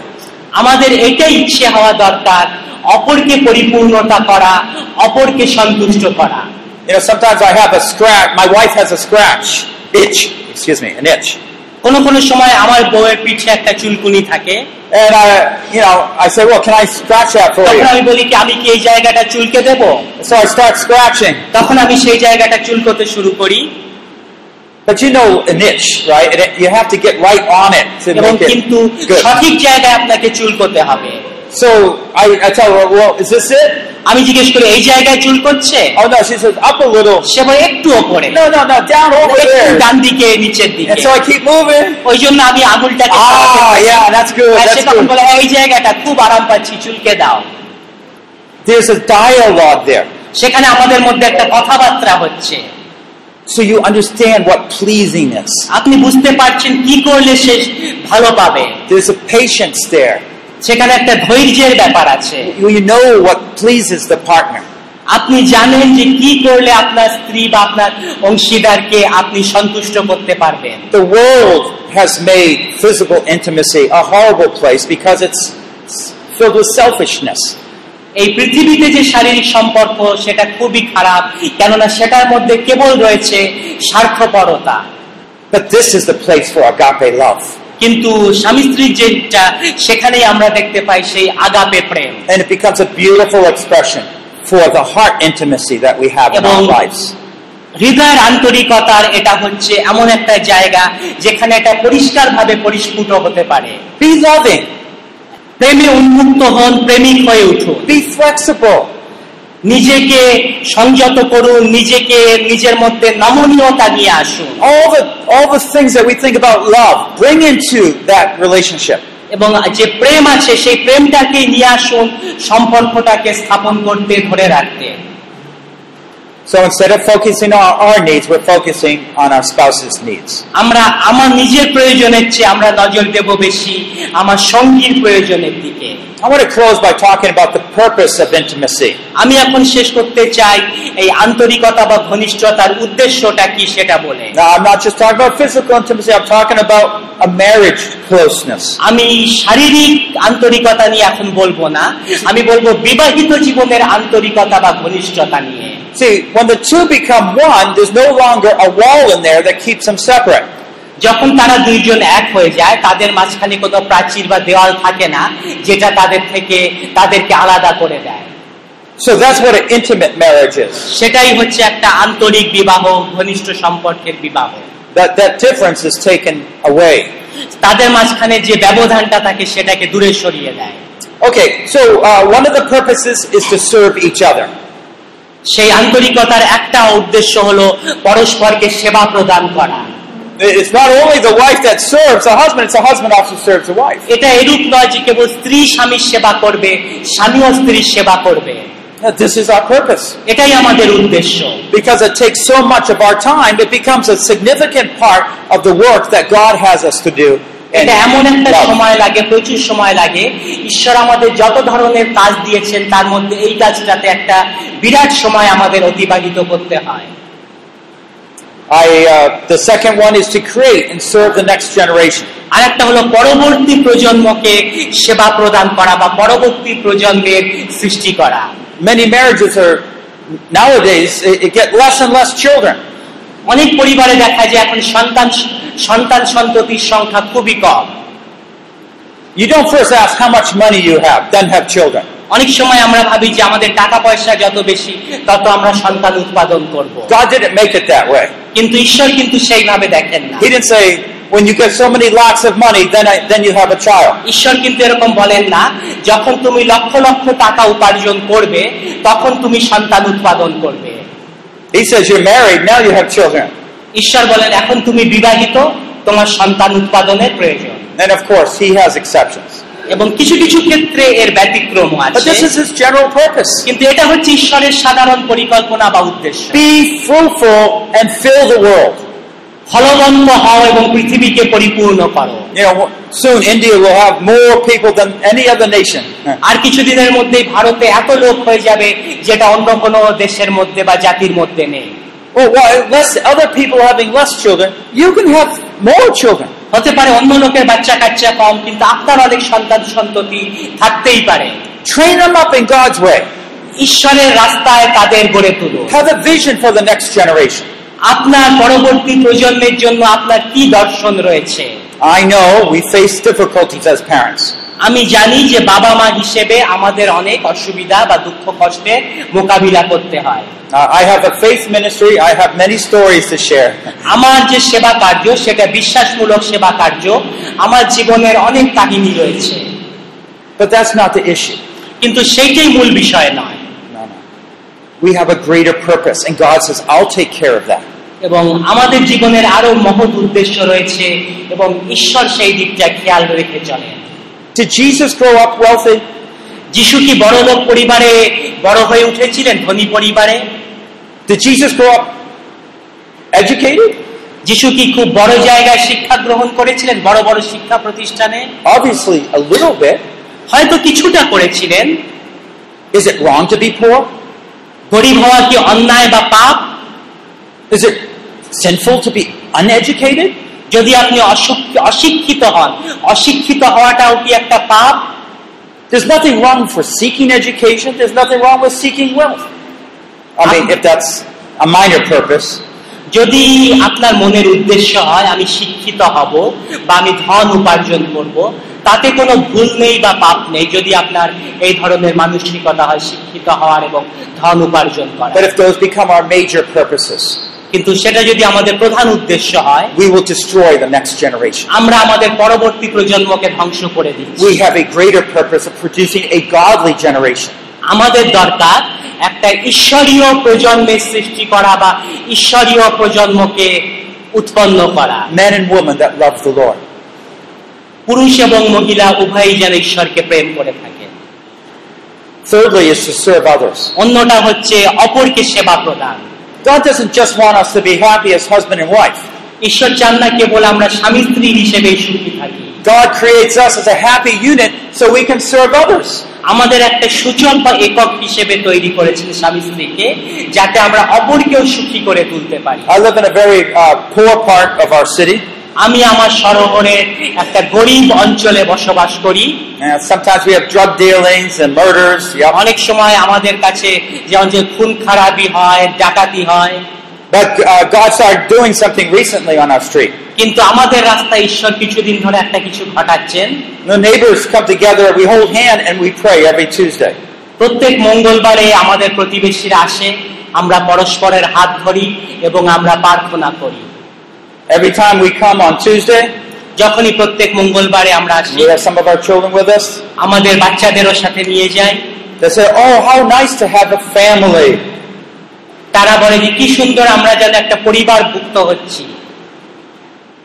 [SPEAKER 4] আমাদের এটাই ইচ্ছে হওয়া দরকার অপরকে পরিপূর্ণতা করা অপরকে সন্তুষ্ট করা
[SPEAKER 2] You know, sometimes I have a scratch. My wife has a scratch itch. Excuse me, an itch.
[SPEAKER 4] কোনো কোনো সময় আমার বউয়ের পিঠে একটা চুলকুনি থাকে
[SPEAKER 2] And I, you know, I say, well, can I scratch that for
[SPEAKER 4] তখন
[SPEAKER 2] you?
[SPEAKER 4] আমি বলি কি আমি কি এই জায়গাটা চুলকে দেব
[SPEAKER 2] So I start scratching.
[SPEAKER 4] তখন আমি সেই জায়গাটা চুলকোতে শুরু করি
[SPEAKER 2] But you know, an itch, right? And it, you have to get right on it to
[SPEAKER 4] এবং
[SPEAKER 2] make it
[SPEAKER 4] কিন্তু
[SPEAKER 2] good.
[SPEAKER 4] সঠিক জায়গায় আপনাকে চুলকোতে হবে
[SPEAKER 2] So I, I tell her, well, is this it?
[SPEAKER 4] আমি জিজ্ঞেস করি এই জায়গায় চুল করছে
[SPEAKER 2] Oh no, she says up a little.
[SPEAKER 4] সে বলে একটু ওপরে
[SPEAKER 2] No, no, no, down over
[SPEAKER 4] একটু
[SPEAKER 2] there.
[SPEAKER 4] ডান দিকে নিচের দিকে
[SPEAKER 2] And so I keep moving.
[SPEAKER 4] ওই জন্য আমি আঙুলটাকে
[SPEAKER 2] Ah, yeah, that's good.
[SPEAKER 4] R say
[SPEAKER 2] That's
[SPEAKER 4] তখন
[SPEAKER 2] good.
[SPEAKER 4] বলে এই জায়গাটা খুব আরাম পাচ্ছি চুলকে দাও
[SPEAKER 2] There's a dialogue there.
[SPEAKER 4] সেখানে আমাদের মধ্যে একটা কথাবার্তা হচ্ছে
[SPEAKER 2] So you understand what pleasing is.
[SPEAKER 4] আপনি বুঝতে পারছেন কি করলে সে ভালো পাবে
[SPEAKER 2] There's a patience there.
[SPEAKER 4] সেখানে একটা ধৈর্যের ব্যাপার আছে
[SPEAKER 2] You you know what pleases the partner.
[SPEAKER 4] আপনি জানেন যে কি করলে আপনার স্ত্রী বা আপনার অংশীদারকে আপনি সন্তুষ্ট করতে পারবেন
[SPEAKER 2] The world has made physical intimacy a horrible place because it's filled with selfishness.
[SPEAKER 4] এই পৃথিবীতে যে শারীরিক সম্পর্ক সেটা খুবই খারাপ কেননা সেটার মধ্যে কেবল রয়েছে স্বার্থপরতা
[SPEAKER 2] But this is the place for agape love.
[SPEAKER 4] কিন্তু স্বামী স্ত্রীর যেটা সেখানেই আমরা দেখতে পাই সেই Agape Prem
[SPEAKER 2] And it becomes a beautiful expression for the heart intimacy that we have in our
[SPEAKER 4] এবং
[SPEAKER 2] lives.
[SPEAKER 4] হৃদয়ের আন্তরিকতার এটা হচ্ছে এমন একটা জায়গা যেখানে এটা পরিষ্কারভাবে পরিস্ফুট হতে পারে
[SPEAKER 2] Be loving,
[SPEAKER 4] প্রেমে উন্মুক্ত হন প্রেমিক হয়ে উঠুন
[SPEAKER 2] be flexible.
[SPEAKER 4] নিজেকে সংযত করুন নিজেকে নিজের মধ্যে নমনীয়তা নিয়ে আসুন
[SPEAKER 2] All the all the things that we think about love, bring into that relationship.
[SPEAKER 4] এবং যে প্রেম আছে সেই প্রেমটাকে নিয়ে আসুন সম্পর্কটাকে স্থাপন করতে ধরে রাখতে
[SPEAKER 2] So instead of focusing on our needs, we're focusing on our spouse's needs.
[SPEAKER 4] আমরা আমার নিজের প্রয়োজনের চেয়ে আমরা নজর দেব বেশি আমার সঙ্গীর প্রয়োজনের দিকে
[SPEAKER 2] I want to close by talking about the purpose of intimacy.
[SPEAKER 4] আমি এখন শেষ করতে চাই এই আন্তরিকতা বা ঘনিষ্ঠতার উদ্দেশ্যটা কি সেটা বলে
[SPEAKER 2] Now, I'm not just talking about physical intimacy, I'm talking about a marriage closeness.
[SPEAKER 4] আমি শারীরিক আন্তরিকতা নিয়ে এখন বলবো না আমি বলবো বিবাহিত জীবনের আন্তরিকতা বা ঘনিষ্ঠতা নিয়ে
[SPEAKER 2] See, when the two become one, there's no longer a wall in there that keeps them separate.
[SPEAKER 4] যখন তারা দুইজন এক হয়ে যায় তাদের মাঝখানে কোনো প্রাচীর বা দেওয়াল থাকে না যেটা তাদের থেকে তাদেরকে আলাদা করে দেয়
[SPEAKER 2] So that's what an intimate marriage is.
[SPEAKER 4] সেটাই হচ্ছে একটা আন্তরিক বিবাহ ঘনিষ্ঠ সম্পর্কের বিবাহ
[SPEAKER 2] That, that difference is taken away.
[SPEAKER 4] তাদের মাঝখানে যে ব্যবধানটা থাকে সেটাকে দূরে সরিয়ে দেয়
[SPEAKER 2] Okay, so uh, one of the purposes is to serve each other.
[SPEAKER 4] সেই আন্তরিকতার একটা উদ্দেশ্য হলো পরস্পরকে সেবা প্রদান করা
[SPEAKER 2] It's not only the wife that serves the husband, it's the husband also serves the wife.
[SPEAKER 4] এটা এরূপ নয় যে কেবল স্ত্রী স্বামীর সেবা করবে স্বামীও স্ত্রীর সেবা করবে
[SPEAKER 2] Now, This is our purpose.
[SPEAKER 4] এটাই আমাদের উদ্দেশ্য
[SPEAKER 2] Because it takes so much of our time, it becomes a significant part of the work that God has us to do. in
[SPEAKER 4] এটা এমন একটা
[SPEAKER 2] love.
[SPEAKER 4] সময় লাগে প্রচুর সময় লাগে ঈশ্বর আমাদের যত ধরনের কাজ দিয়েছেন তার মধ্যে এই কাজটাতে একটা বিরাট সময় আমাদের অতিবাহিত করতে হয়
[SPEAKER 2] I, uh, the second one is to create and serve the next generation.
[SPEAKER 4] আর একটা হলো পরবর্তী প্রজন্মকে সেবা প্রদান করা বা পরবর্তী প্রজন্মের সৃষ্টি করা
[SPEAKER 2] Many marriages are nowadays it, it get less and less children.
[SPEAKER 4] অনেক পরিবারে দেখা যায় এখন সন্তান সন্তান সন্ততির সংখ্যা খুবই কম
[SPEAKER 2] You don't first ask how much money you have, then have children.
[SPEAKER 4] অনেক সময় আমরা ভাবি যে আমাদের টাকা পয়সা যত বেশি তত আমরা সন্তান উৎপাদন করব
[SPEAKER 2] God didn't make it that way.
[SPEAKER 4] কিন্তু ঈশ্বর কিন্তু সেইভাবে দেখেন না
[SPEAKER 2] He didn't say when you get so many lots of money, then I, then you have a child.
[SPEAKER 4] ঈশ্বর কিন্তু এরকম বলেন না যখন তুমি লক্ষ লক্ষ টাকা উপার্জন করবে তখন তুমি সন্তান উৎপাদন করবে
[SPEAKER 2] He says you're married, now you have children.
[SPEAKER 4] ঈশ্বর বলেন এখন তুমি বিবাহিত তোমার সন্তান উৎপাদনের প্রয়োজন
[SPEAKER 2] And of course, he has exceptions.
[SPEAKER 4] এবং কিছু কিছু ক্ষেত্রে এর ব্যতিক্রম
[SPEAKER 2] But
[SPEAKER 4] আছে
[SPEAKER 2] this is his general purpose.
[SPEAKER 4] কিন্তু এটা হচ্ছে ঈশ্বরের সাধারণ পরিকল্পনা বা উদ্দেশ্য
[SPEAKER 2] Be fruitful and fill the world.
[SPEAKER 4] ফলবন্ত হও এবং পৃথিবীকে পরিপূর্ণ করো
[SPEAKER 2] You know, soon India will have more people than any other nation.
[SPEAKER 4] আর কিছুদিনের মধ্যেই ভারতে এত লোক হয়ে যাবে যেটা অন্য কোনো দেশের মধ্যে বা জাতির মধ্যে নেই
[SPEAKER 2] Well, why less other people having less children, you can have more children.
[SPEAKER 4] হতে পারে অন্য লোকের বাচ্চা কাচ্চা কম কিন্তু আপনার অনেক সন্তান সন্ততি থাকতেই পারে
[SPEAKER 2] Train them up in God's way.
[SPEAKER 4] ঈশ্বরের রাস্তায় তাদের গড়ে তুলো
[SPEAKER 2] Have a vision for the next generation.
[SPEAKER 4] আপনার পরবর্তী প্রজন্মের জন্য আপনার কি দর্শন রয়েছে
[SPEAKER 2] I know we face difficulties as parents.
[SPEAKER 4] আমি জানি যে বাবা মা হিসেবে আমাদের অনেক অসুবিধা বা দুঃখ কষ্টে মোকাবিলা করতে হয়
[SPEAKER 2] Uh, I have a faith ministry. I have many stories to share.
[SPEAKER 4] আমার যে সেবা কার্য সেটা বিশ্বাসমূলক সেবা কার্য আমার জীবনের অনেক কাহিনী রয়েছে
[SPEAKER 2] But that's not the issue.
[SPEAKER 4] কিন্তু সেইটাই মূল বিষয় নয়
[SPEAKER 2] No, no. We have a greater purpose, and God says, I'll take care of that.
[SPEAKER 4] এবং আমাদের জীবনের আরো মহৎ উদ্দেশ্য রয়েছে এবং ঈশ্বর সেই দিকটা খেয়াল রেখে চলে
[SPEAKER 2] Did Jesus grow up wealthy?
[SPEAKER 4] যিশু কি বড় লোক পরিবারে বড় হয়ে উঠেছিলেন ধনী পরিবারে
[SPEAKER 2] Did Jesus grow up educated?
[SPEAKER 4] যিশু কি খুব বড় জায়গায় শিক্ষা গ্রহণ করেছিলেন বড় বড় শিক্ষা প্রতিষ্ঠানে
[SPEAKER 2] Obviously, a little bit.
[SPEAKER 4] হয়তো কিছুটা করেছিলেন
[SPEAKER 2] Is it wrong to be poor?
[SPEAKER 4] গরিব হওয়া কি অন্যায় বা পাপ
[SPEAKER 2] Is it sinful to be uneducated?
[SPEAKER 4] যদি আপনি অশিক্ষ- অশিক্ষিত হন অশিক্ষিত হওয়াটাও কি একটা পাপ
[SPEAKER 2] There's nothing wrong for seeking education. There's nothing wrong with seeking wealth. I mean, if that's a minor purpose.
[SPEAKER 4] যদি আপনার মনের উদ্দেশ্য হয় আমি শিক্ষিত হব বা আমি ধন উপার্জন করব তাতে কোনো ভুল নেই বা পাপ নেই যদি আপনার এই ধরনের মানসিকতা হয় শিক্ষিত হওয়ার এবং ধন উপার্জন করা
[SPEAKER 2] But if those become our major purposes,
[SPEAKER 4] কিন্তু সেটা যদি আমাদের প্রধান উদ্দেশ্য হয়
[SPEAKER 2] we will destroy the next generation.
[SPEAKER 4] আমরা আমাদের পরবর্তী প্রজন্মকে ধ্বংস করে দিচ্ছি
[SPEAKER 2] We have a greater purpose of producing a godly generation.
[SPEAKER 4] আমাদের দরকার একটা ঈশ্বরীয় প্রজন্মের সৃষ্টি করা বা ঈশ্বরীয় প্রজন্মকে উৎপন্ন করা
[SPEAKER 2] Men and women that love the Lord.
[SPEAKER 4] পুরুষ এবং মহিলা উভয়ই যেন ঈশ্বরকে প্রেম করে থাকে
[SPEAKER 2] Thirdly, is to serve others.
[SPEAKER 4] অন্যটা হচ্ছে অপরকে সেবা প্রদান
[SPEAKER 2] God doesn't just want us to be happy as husband and wife.
[SPEAKER 4] ঈশ্বর চান না কেবল আমরা স্বামী স্ত্রী হিসেবে সুখী থাকি
[SPEAKER 2] God creates us as a happy unit so we can serve others.
[SPEAKER 4] আমাদের একটা সূচক বা একক হিসেবে তৈরি করেছেন স্বামী স্ত্রীকে যাতে আমরা অপরকেও সুখী করে তুলতে পারি
[SPEAKER 2] I live in a very uh, poor part of our city,
[SPEAKER 4] আমি আমার সরোবরের একটা গরিব অঞ্চলে বসবাস করি
[SPEAKER 2] and Uh, sometimes we have drug dealings and murders. Yeah.
[SPEAKER 4] অনেক সময় আমাদের কাছে যেমন যে খুন খারাপি হয় ডাকাতি হয়
[SPEAKER 2] But uh, God started doing something recently on our street.
[SPEAKER 4] কিন্তু আমাদের রাস্তায় ঈশ্বর কিছুদিন ধরে একটা কিছু ঘটাচ্ছেন
[SPEAKER 2] The neighbors come together, we hold hand, and we pray every Tuesday.
[SPEAKER 4] প্রত্যেক মঙ্গলবারে আমাদের প্রতিবেশীরা আসে আমরা পরস্পরের হাত ধরি এবং আমরা প্রার্থনা করি
[SPEAKER 2] Every time we come on Tuesday,
[SPEAKER 4] যখনই প্রত্যেক মঙ্গলবারে আমরা আসি
[SPEAKER 2] we have some of our children with us.
[SPEAKER 4] আমাদের বাচ্চাদেরও সাথে নিয়ে যাই
[SPEAKER 2] They say, "Oh, how nice to have a family."
[SPEAKER 4] তারা বলে যে কি সুন্দর আমরা যেন একটা পরিবার ভুক্ত হচ্ছি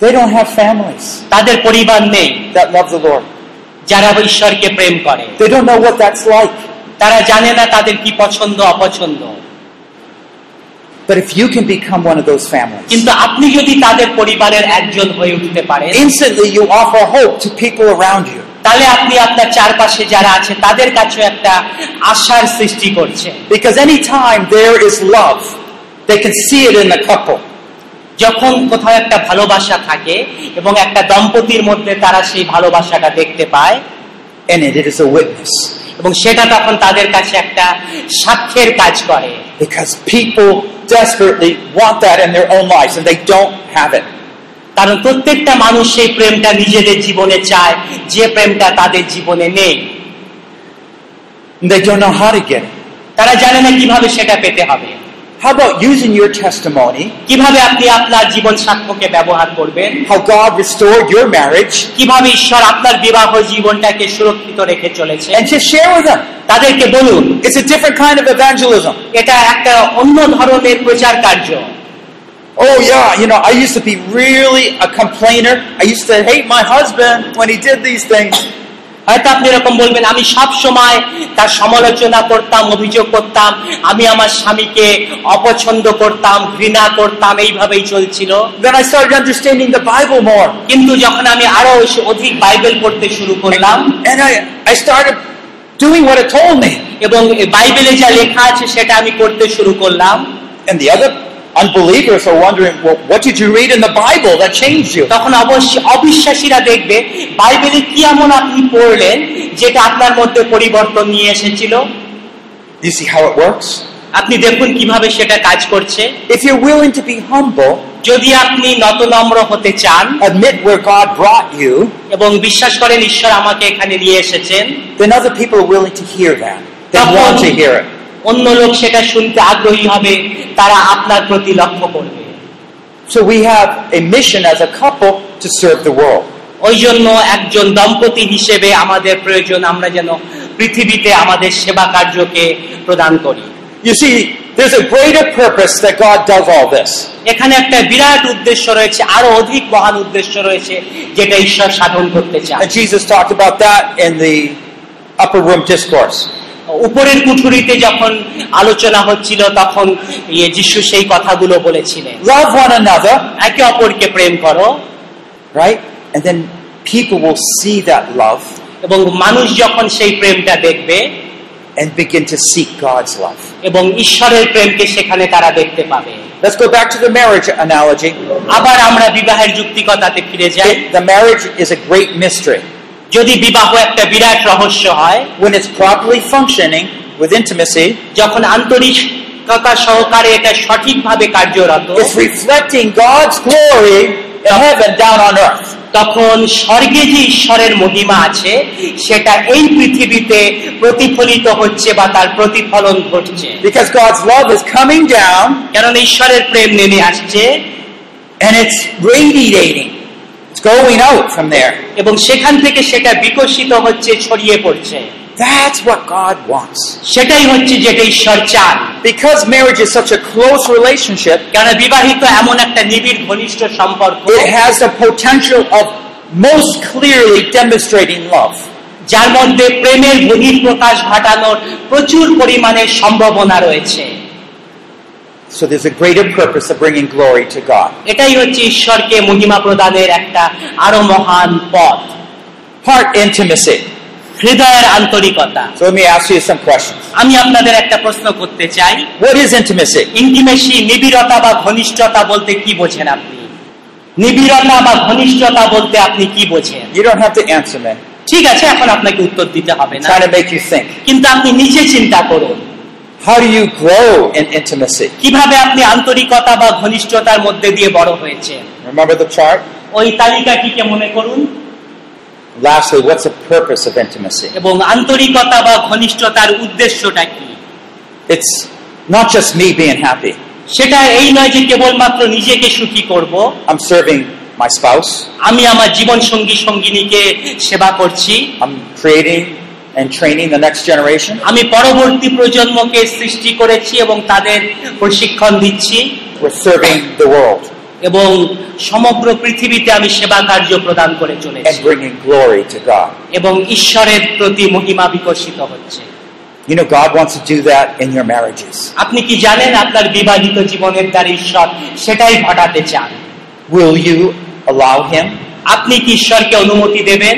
[SPEAKER 2] They don't have families
[SPEAKER 4] তাদের পরিবার নেই
[SPEAKER 2] that love the Lord.
[SPEAKER 4] যারা ঈশ্বরকে প্রেম করে
[SPEAKER 2] They don't know what that's like.
[SPEAKER 4] তারা জানে না তাদের কি পছন্দ অপছন্দ
[SPEAKER 2] But if you can become one of those families,
[SPEAKER 4] কিন্তু আপনি যদি তাদের পরিবারের একজন হয়ে উঠতে পারেন
[SPEAKER 2] instantly you offer hope to people around you.
[SPEAKER 4] তাহলে আপনি আপনার চারপাশে যারা আছে তাদের কাছে একটা আশার সৃষ্টি করছেন
[SPEAKER 2] Because anytime there is love, they can see it in the couple.
[SPEAKER 4] যখন কোথাও একটা ভালোবাসা থাকে এবং একটা দম্পতির মধ্যে তারা সেই ভালোবাসাটা দেখতে পায়
[SPEAKER 2] And it is a witness.
[SPEAKER 4] এবং সেটা তখন তাদের কাছে একটা সাক্ষ্যের কাজ করে
[SPEAKER 2] Because people desperately want that in their own lives and they don't have it.
[SPEAKER 4] কারণ প্রত্যেকটা মানুষ সেই প্রেমটা নিজেদের জীবনে চায় যে প্রেমটা তাদের জীবনে নেই
[SPEAKER 2] And they don't know how to get it.
[SPEAKER 4] তারা জানে না কিভাবে সেটা পেতে হবে
[SPEAKER 2] How about using your testimony,
[SPEAKER 4] কিভাবে আপনি আপনার জীবন সাক্ষ্যকে ব্যবহার করবেন
[SPEAKER 2] how God restored your marriage,
[SPEAKER 4] কিভাবে ঈশ্বর আপনার বিবাহ জীবনটাকে সুরক্ষিত রেখে চলেছে
[SPEAKER 2] and just share with them?
[SPEAKER 4] তাদেরকে বলুন
[SPEAKER 2] It's a different kind of evangelism.
[SPEAKER 4] এটা একটা অন্য ধরনের প্রচার কার্য
[SPEAKER 2] Oh yeah, you know, I used to be really a complainer. I used to hate my husband when he did these things.
[SPEAKER 4] হয়তো আপনি এরকম বলবেন আমি সব সময় তার সমালোচনা করতাম অভিযোগ করতাম আমি আমার স্বামীকে অপছন্দ করতাম ঘৃণা করতাম এইভাবেই চলছিল
[SPEAKER 2] Then I started understanding the Bible more.
[SPEAKER 4] কিন্তু যখন আমি আরো বেশি অধিক বাইবেল পড়তে শুরু করলাম
[SPEAKER 2] And I, I started doing what it told me.
[SPEAKER 4] এবং বাইবেলে যা লেখা আছে সেটা আমি করতে শুরু করলাম
[SPEAKER 2] And the other unbelievers are wondering, well, what did you read in the Bible that changed you?
[SPEAKER 4] তখন অবশ্যই অবিশ্বাসীরা দেখবে বাইবেলে কি এমন আপনি পড়লেন যেটা আপনার মধ্যে পরিবর্তন নিয়ে এসেছিল
[SPEAKER 2] You see how it works?
[SPEAKER 4] আপনি দেখুন কিভাবে সেটা কাজ করছে
[SPEAKER 2] If you're willing to be humble,
[SPEAKER 4] যদি আপনি নতনম্র হতে চান
[SPEAKER 2] admit where God brought you,
[SPEAKER 4] এবং বিশ্বাস করেন ঈশ্বর আমাকে এখানে নিয়ে এসেছেন
[SPEAKER 2] then other people are willing to hear that. They
[SPEAKER 4] তখন
[SPEAKER 2] want to hear it.
[SPEAKER 4] অন্য লোক সেটা শুনতে আগ্রহী হবে তারা আপনার প্রতি লক্ষ্য করবে
[SPEAKER 2] So we have a mission as a couple to serve the world.
[SPEAKER 4] ওই জন্য একজন দম্পতি হিসেবে আমাদের প্রয়োজন আমরা যেন পৃথিবীতে আমাদের সেবা কার্যকে প্রদান করি
[SPEAKER 2] You see, there's a greater purpose that God does all this.
[SPEAKER 4] এখানে একটা বিরাট উদ্দেশ্য রয়েছে আরো অধিক মহান উদ্দেশ্য রয়েছে যেটা ঈশ্বর সাধন করতে চান
[SPEAKER 2] And Jesus talked about that in the upper room discourse.
[SPEAKER 4] উপরের কুঠুরিতে যখন আলোচনা হচ্ছিল তখন ইয়ে যিশু সেই কথাগুলো বলেছিলেন
[SPEAKER 2] Love one another,
[SPEAKER 4] একে অপরকে প্রেম করো
[SPEAKER 2] right? And then people will see that love
[SPEAKER 4] এবং মানুষ যখন সেই প্রেমটা দেখবে
[SPEAKER 2] and begin to seek God's love.
[SPEAKER 4] এবং ঈশ্বরের প্রেমকে সেখানে তারা দেখতে পাবে
[SPEAKER 2] Let's go back to the marriage analogy.
[SPEAKER 4] আবার আমরা বিবাহের যুক্তিকতাতে ফিরে যাই
[SPEAKER 2] It- the marriage is a great mystery.
[SPEAKER 4] যদি বিবাহ একটা বিরাট রহস্য হয়
[SPEAKER 2] When it's properly functioning with intimacy,
[SPEAKER 4] যখন আন্তরিকতা সহকারে এটা সঠিকভাবে কার্যরত
[SPEAKER 2] it's reflecting God's glory in heaven down on earth.
[SPEAKER 4] তখন স্বর্গে যে ঈশ্বরের মহিমা আছে সেটা এই পৃথিবীতে প্রতিফলিত হচ্ছে বা তার প্রতিফলন ঘটছে
[SPEAKER 2] Because God's love is coming down
[SPEAKER 4] কারণ ঈশ্বরের প্রেম নেমে আসছে
[SPEAKER 2] and it's radiating. It's going out from there.
[SPEAKER 4] এবং সেখান থেকে সেটা বিকশিত হচ্ছে ছড়িয়ে পড়ছে
[SPEAKER 2] That's what God wants.
[SPEAKER 4] সেটাই হচ্ছে যেটা ঈশ্বর চান
[SPEAKER 2] Because marriage is such a close relationship,
[SPEAKER 4] কারণ বিবাহিত এমন একটা নিবিড় ঘনিষ্ঠ সম্পর্ক
[SPEAKER 2] it has the potential of most clearly demonstrating love.
[SPEAKER 4] যার মধ্যে প্রেমের বহিঃপ্রকাশ ঘটানোর প্রচুর পরিমাণে সম্ভাবনা রয়েছে
[SPEAKER 2] So there's a greater purpose of bringing glory to God.
[SPEAKER 4] এটাই হচ্ছে ঈশ্বরকে মহিমা প্রদানের একটা আরো মহান পথ
[SPEAKER 2] Heart intimacy.
[SPEAKER 4] হৃদয়ের আন্তরিকতা
[SPEAKER 2] So let me ask you some questions.
[SPEAKER 4] আমি আপনাদের একটা প্রশ্ন করতে চাই
[SPEAKER 2] What is intimacy?
[SPEAKER 4] ইন্টিমেসি নিবিড়তা বা ঘনিষ্ঠতা বলতে কি বোঝেন আপনি নিবিড়তা বা ঘনিষ্ঠতা বলতে আপনি কি বোঝেন
[SPEAKER 2] You don't have to answer me.
[SPEAKER 4] ঠিক আছে এখন আপনাকে উত্তর দিতে হবে
[SPEAKER 2] I'm
[SPEAKER 4] না
[SPEAKER 2] trying to make you think.
[SPEAKER 4] কিন্তু আপনি নিজে চিন্তা করুন
[SPEAKER 2] How do you grow in intimacy?
[SPEAKER 4] কিভাবে আপনি আন্তরিকতা বা ঘনিষ্ঠতার মধ্যে দিয়ে বড় হয়েছে
[SPEAKER 2] Remember the chart?
[SPEAKER 4] ওই তালিকাটিকে মনে করুন
[SPEAKER 2] Lastly, what's the purpose of intimacy?
[SPEAKER 4] এবং আন্তরিকতা বা ঘনিষ্ঠতার উদ্দেশ্যটা কি
[SPEAKER 2] It's not just me being happy.
[SPEAKER 4] সেটা এই নয় যে কেবলমাত্র নিজেকে সুখী করব
[SPEAKER 2] I'm serving my spouse.
[SPEAKER 4] আমি আমার জীবন সঙ্গী সঙ্গিনীকে সেবা করছি
[SPEAKER 2] I'm creating and training the next generation.
[SPEAKER 4] আমি পরবর্তী প্রজন্মকে সৃষ্টি করেছি এবং তাদের প্রশিক্ষণ দিচ্ছি
[SPEAKER 2] We're serving the world
[SPEAKER 4] এবং সমগ্র পৃথিবীতে আমি সেবা কার্য প্রদান করে চলেছি
[SPEAKER 2] and bringing glory to God.
[SPEAKER 4] এবং ঈশ্বরের প্রতি মহিমা বিকশিত হচ্ছে
[SPEAKER 2] You know, God wants to do that in your marriages.
[SPEAKER 4] আপনি কি জানেন আপনার বিবাহিত জীবনের দ্বারা ঈশ্বর সেটাই ঘটাতে চান
[SPEAKER 2] Will you allow Him?
[SPEAKER 4] আপনি কি ঈশ্বরকে অনুমতি দেবেন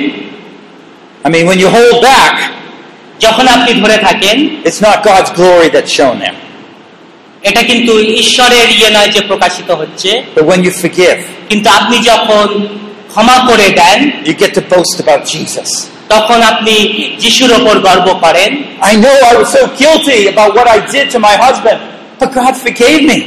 [SPEAKER 2] I mean, when you hold back,
[SPEAKER 4] যখন আপনি ধরে থাকেন
[SPEAKER 2] it's not God's glory that's shown there.
[SPEAKER 4] এটা কিন্তু ঈশ্বরের ইয়ে নয় যে প্রকাশিত হচ্ছে
[SPEAKER 2] But when you forgive,
[SPEAKER 4] কিন্তু আপনি যখন ক্ষমা করে দেন
[SPEAKER 2] you get to boast about Jesus.
[SPEAKER 4] তখন আপনি যিশুর ওপর গর্ব করেন
[SPEAKER 2] I know I was so guilty about what I did to my husband, but God forgave me.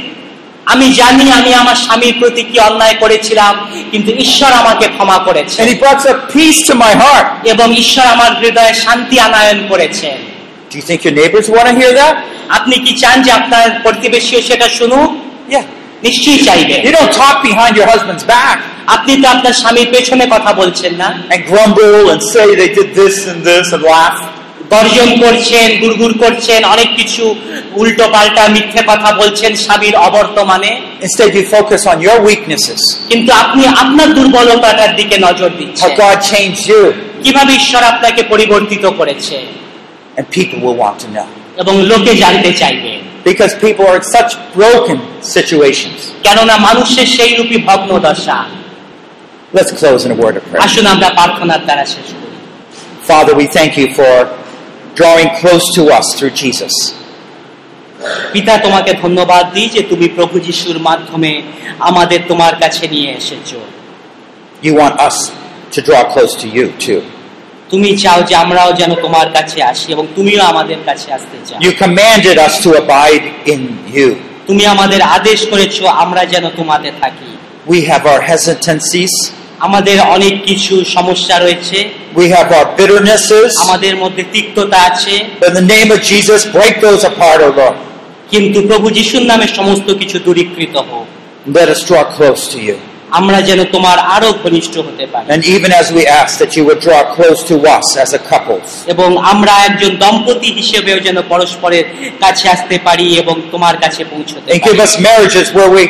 [SPEAKER 4] আমি জানি আমি আমার স্বামীর প্রতি কি অন্যায় করেছিলাম কিন্তু ঈশ্বর আমাকে ক্ষমা করেছে
[SPEAKER 2] And He brought some peace to my heart.
[SPEAKER 4] এবং ঈশ্বর আমার হৃদয়ে শান্তি আনায়ন করেছে
[SPEAKER 2] Do you think your neighbors want to hear that?
[SPEAKER 4] আপনি কি চান যে আপনার প্রতিবেশীও সেটা শুনুক
[SPEAKER 2] Yeah.
[SPEAKER 4] নিশ্চয়ই চাইবে
[SPEAKER 2] You don't talk behind your husband's back
[SPEAKER 4] আপনি তো আপনার স্বামীর পেছনে কথা বলছেন না
[SPEAKER 2] and grumble and say they did this and this and laugh.
[SPEAKER 4] গর্জন করছেন গুড়গুড় করছেন অনেক কিছু উল্টো পাল্টা মিথ্যে কথা বলছেন স্বামীর অবর্তমানে
[SPEAKER 2] Instead, you focus on your weaknesses,
[SPEAKER 4] কিন্তু আপনি আপনার দুর্বলতাটার দিকে নজর
[SPEAKER 2] how
[SPEAKER 4] দিচ্ছেন
[SPEAKER 2] God changed you,
[SPEAKER 4] কিভাবে ঈশ্বর আপনাকে পরিবর্তিত করেছে
[SPEAKER 2] and people will want to know.
[SPEAKER 4] এবং লোকে জানতে চাইবে
[SPEAKER 2] Because people are in such broken situations.
[SPEAKER 4] কেননা মানুষের সেই রূপী ভগ্ন দশা
[SPEAKER 2] Let's close in a word of prayer.
[SPEAKER 4] আসুন আমরা প্রার্থনার দ্বারা শেষ করি
[SPEAKER 2] Father, we thank you for drawing close to us through Jesus.
[SPEAKER 4] পিতা তোমাকে ধন্যবাদ দিই যে তুমি প্রভু যিশুর মাধ্যমে আমাদের তোমার কাছে নিয়ে এসেছো
[SPEAKER 2] You want us to draw close to you, too.
[SPEAKER 4] তুমি চাও যে আমরাও যেন তোমার কাছে আসি এবং তুমিও আমাদের কাছে আসতে চাও
[SPEAKER 2] You commanded us to abide in you.
[SPEAKER 4] তুমি আমাদের আদেশ করেছো আমরা যেন তোমাতে থাকি
[SPEAKER 2] We have our hesitancies,
[SPEAKER 4] আমাদের অনেক কিছু সমস্যা রয়েছে
[SPEAKER 2] we have our bitternesses.
[SPEAKER 4] আমাদের মধ্যে তিক্ততা আছে
[SPEAKER 2] In the name of Jesus, break those apart, O Lord.
[SPEAKER 4] কিন্তু প্রভু যিশুর নামে সমস্ত কিছু দূরীকৃত হোক
[SPEAKER 2] Let us draw close to you.
[SPEAKER 4] আমরা যেন তোমার আরো ঘনিষ্ঠ হতে পারি
[SPEAKER 2] And even as we ask that you would draw close to us as a couple,
[SPEAKER 4] এবং আমরা একজন দম্পতি হিসেবেও যেন পরস্পরের কাছে আসতে পারি এবং তোমার কাছে পৌঁছতে
[SPEAKER 2] and give
[SPEAKER 4] পারি।
[SPEAKER 2] us marriages where we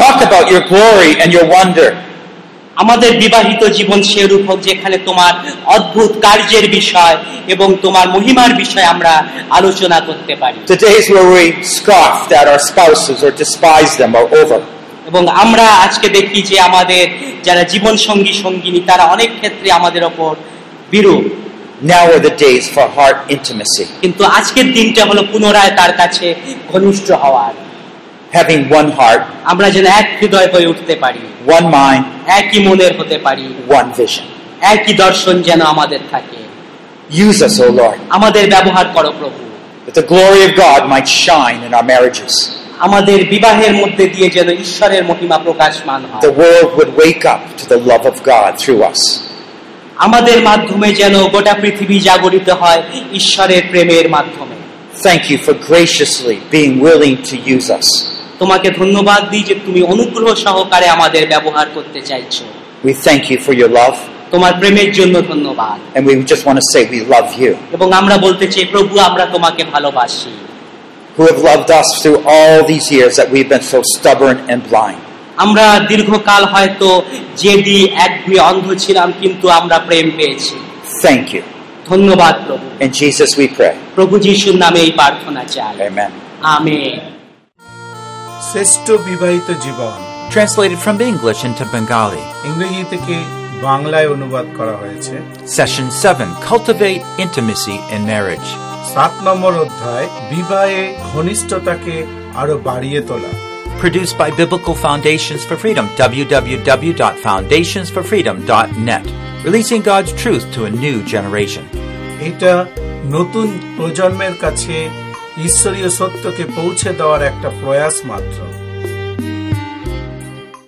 [SPEAKER 2] talk about your glory and your wonder.
[SPEAKER 4] আমাদের বিবাহিত জীবন সেরূপ হোক যেখানে তোমার অদ্ভুত কার্যের বিষয় এবং তোমার মহিমার বিষয় আমরা আলোচনা করতে পারি
[SPEAKER 2] The days where we scoffed at our spouses or despised them are over.
[SPEAKER 4] এবং আমরা আজকে দেখি যে আমাদের যারা জীবন সঙ্গী সঙ্গিনী তারা অনেক ক্ষেত্রে আমাদের ওপর বিরূপ
[SPEAKER 2] Now are the days for heart intimacy,
[SPEAKER 4] কিন্তু আজকের দিনটা হলো পুনরায় তার কাছে ঘনিষ্ঠ হওয়ার
[SPEAKER 2] having one heart,
[SPEAKER 4] আমরা যেন এক হৃদয় হয়ে উঠতে পারি
[SPEAKER 2] one mind,
[SPEAKER 4] একই মনের হতে পারি
[SPEAKER 2] one vision.
[SPEAKER 4] একই দর্শন যেন আমাদের থাকে
[SPEAKER 2] Use us, O Lord,
[SPEAKER 4] আমাদের ব্যবহার করো প্রভু
[SPEAKER 2] that the glory of God might shine in our marriages.
[SPEAKER 4] আমাদের বিবাহের মধ্যে দিয়ে যেন ঈশ্বরের মহিমা প্রকাশমান হয়
[SPEAKER 2] the world would wake up to the love of God through us.
[SPEAKER 4] আমাদের মাধ্যমে যেন গোটা পৃথিবী জাগরিত হয় ঈশ্বরের প্রেমের মাধ্যমে
[SPEAKER 2] Thank you for graciously being willing to use us.
[SPEAKER 4] তোমাকে ধন্যবাদ দিই যে তুমি অনুগ্রহ সহকারে আমাদের ব্যবহার করতে চাইছো
[SPEAKER 2] We thank you for your love,
[SPEAKER 4] তোমার প্রেমের জন্য ধন্যবাদ
[SPEAKER 2] and we just want to say we love you,
[SPEAKER 4] এবং আমরা বলতে চাই প্রভু আমরা তোমাকে ভালোবাসি
[SPEAKER 2] who have loved us through all these years that we've been so stubborn and blind.
[SPEAKER 4] আমরা দীর্ঘকাল হয়তো জেদি একগুয়ে অন্ধ ছিলাম কিন্তু আমরা প্রেম পেয়েছি
[SPEAKER 2] Thank you.
[SPEAKER 4] ধন্যবাদ প্রভু
[SPEAKER 2] In Jesus we pray. হ্যাঁ।
[SPEAKER 4] প্রভু যিশুর নামে এই প্রার্থনা চাই
[SPEAKER 2] Amen.
[SPEAKER 4] আমেন
[SPEAKER 1] শ্রেষ্ঠ বিবাহিত জীবন
[SPEAKER 5] translated from English into Bengali.
[SPEAKER 1] ইংরেজি থেকে বাংলায় অনুবাদ করা হয়েছে
[SPEAKER 5] Session 7 Cultivate Intimacy in Marriage.
[SPEAKER 1] সাত নম্বর অধ্যায় বিবাহে ঘনিষ্ঠতাকে আরো বাড়িয়ে তোলা
[SPEAKER 5] Produced by Biblical Foundations for Freedom, www.foundationsforfreedom.net. Releasing God's truth to a new generation.
[SPEAKER 1] এটা নতুন প্রজন্মের কাছে ঈশ্বরীয় সত্যকে পৌঁছে দেওয়ার একটা প্রয়াস মাত্র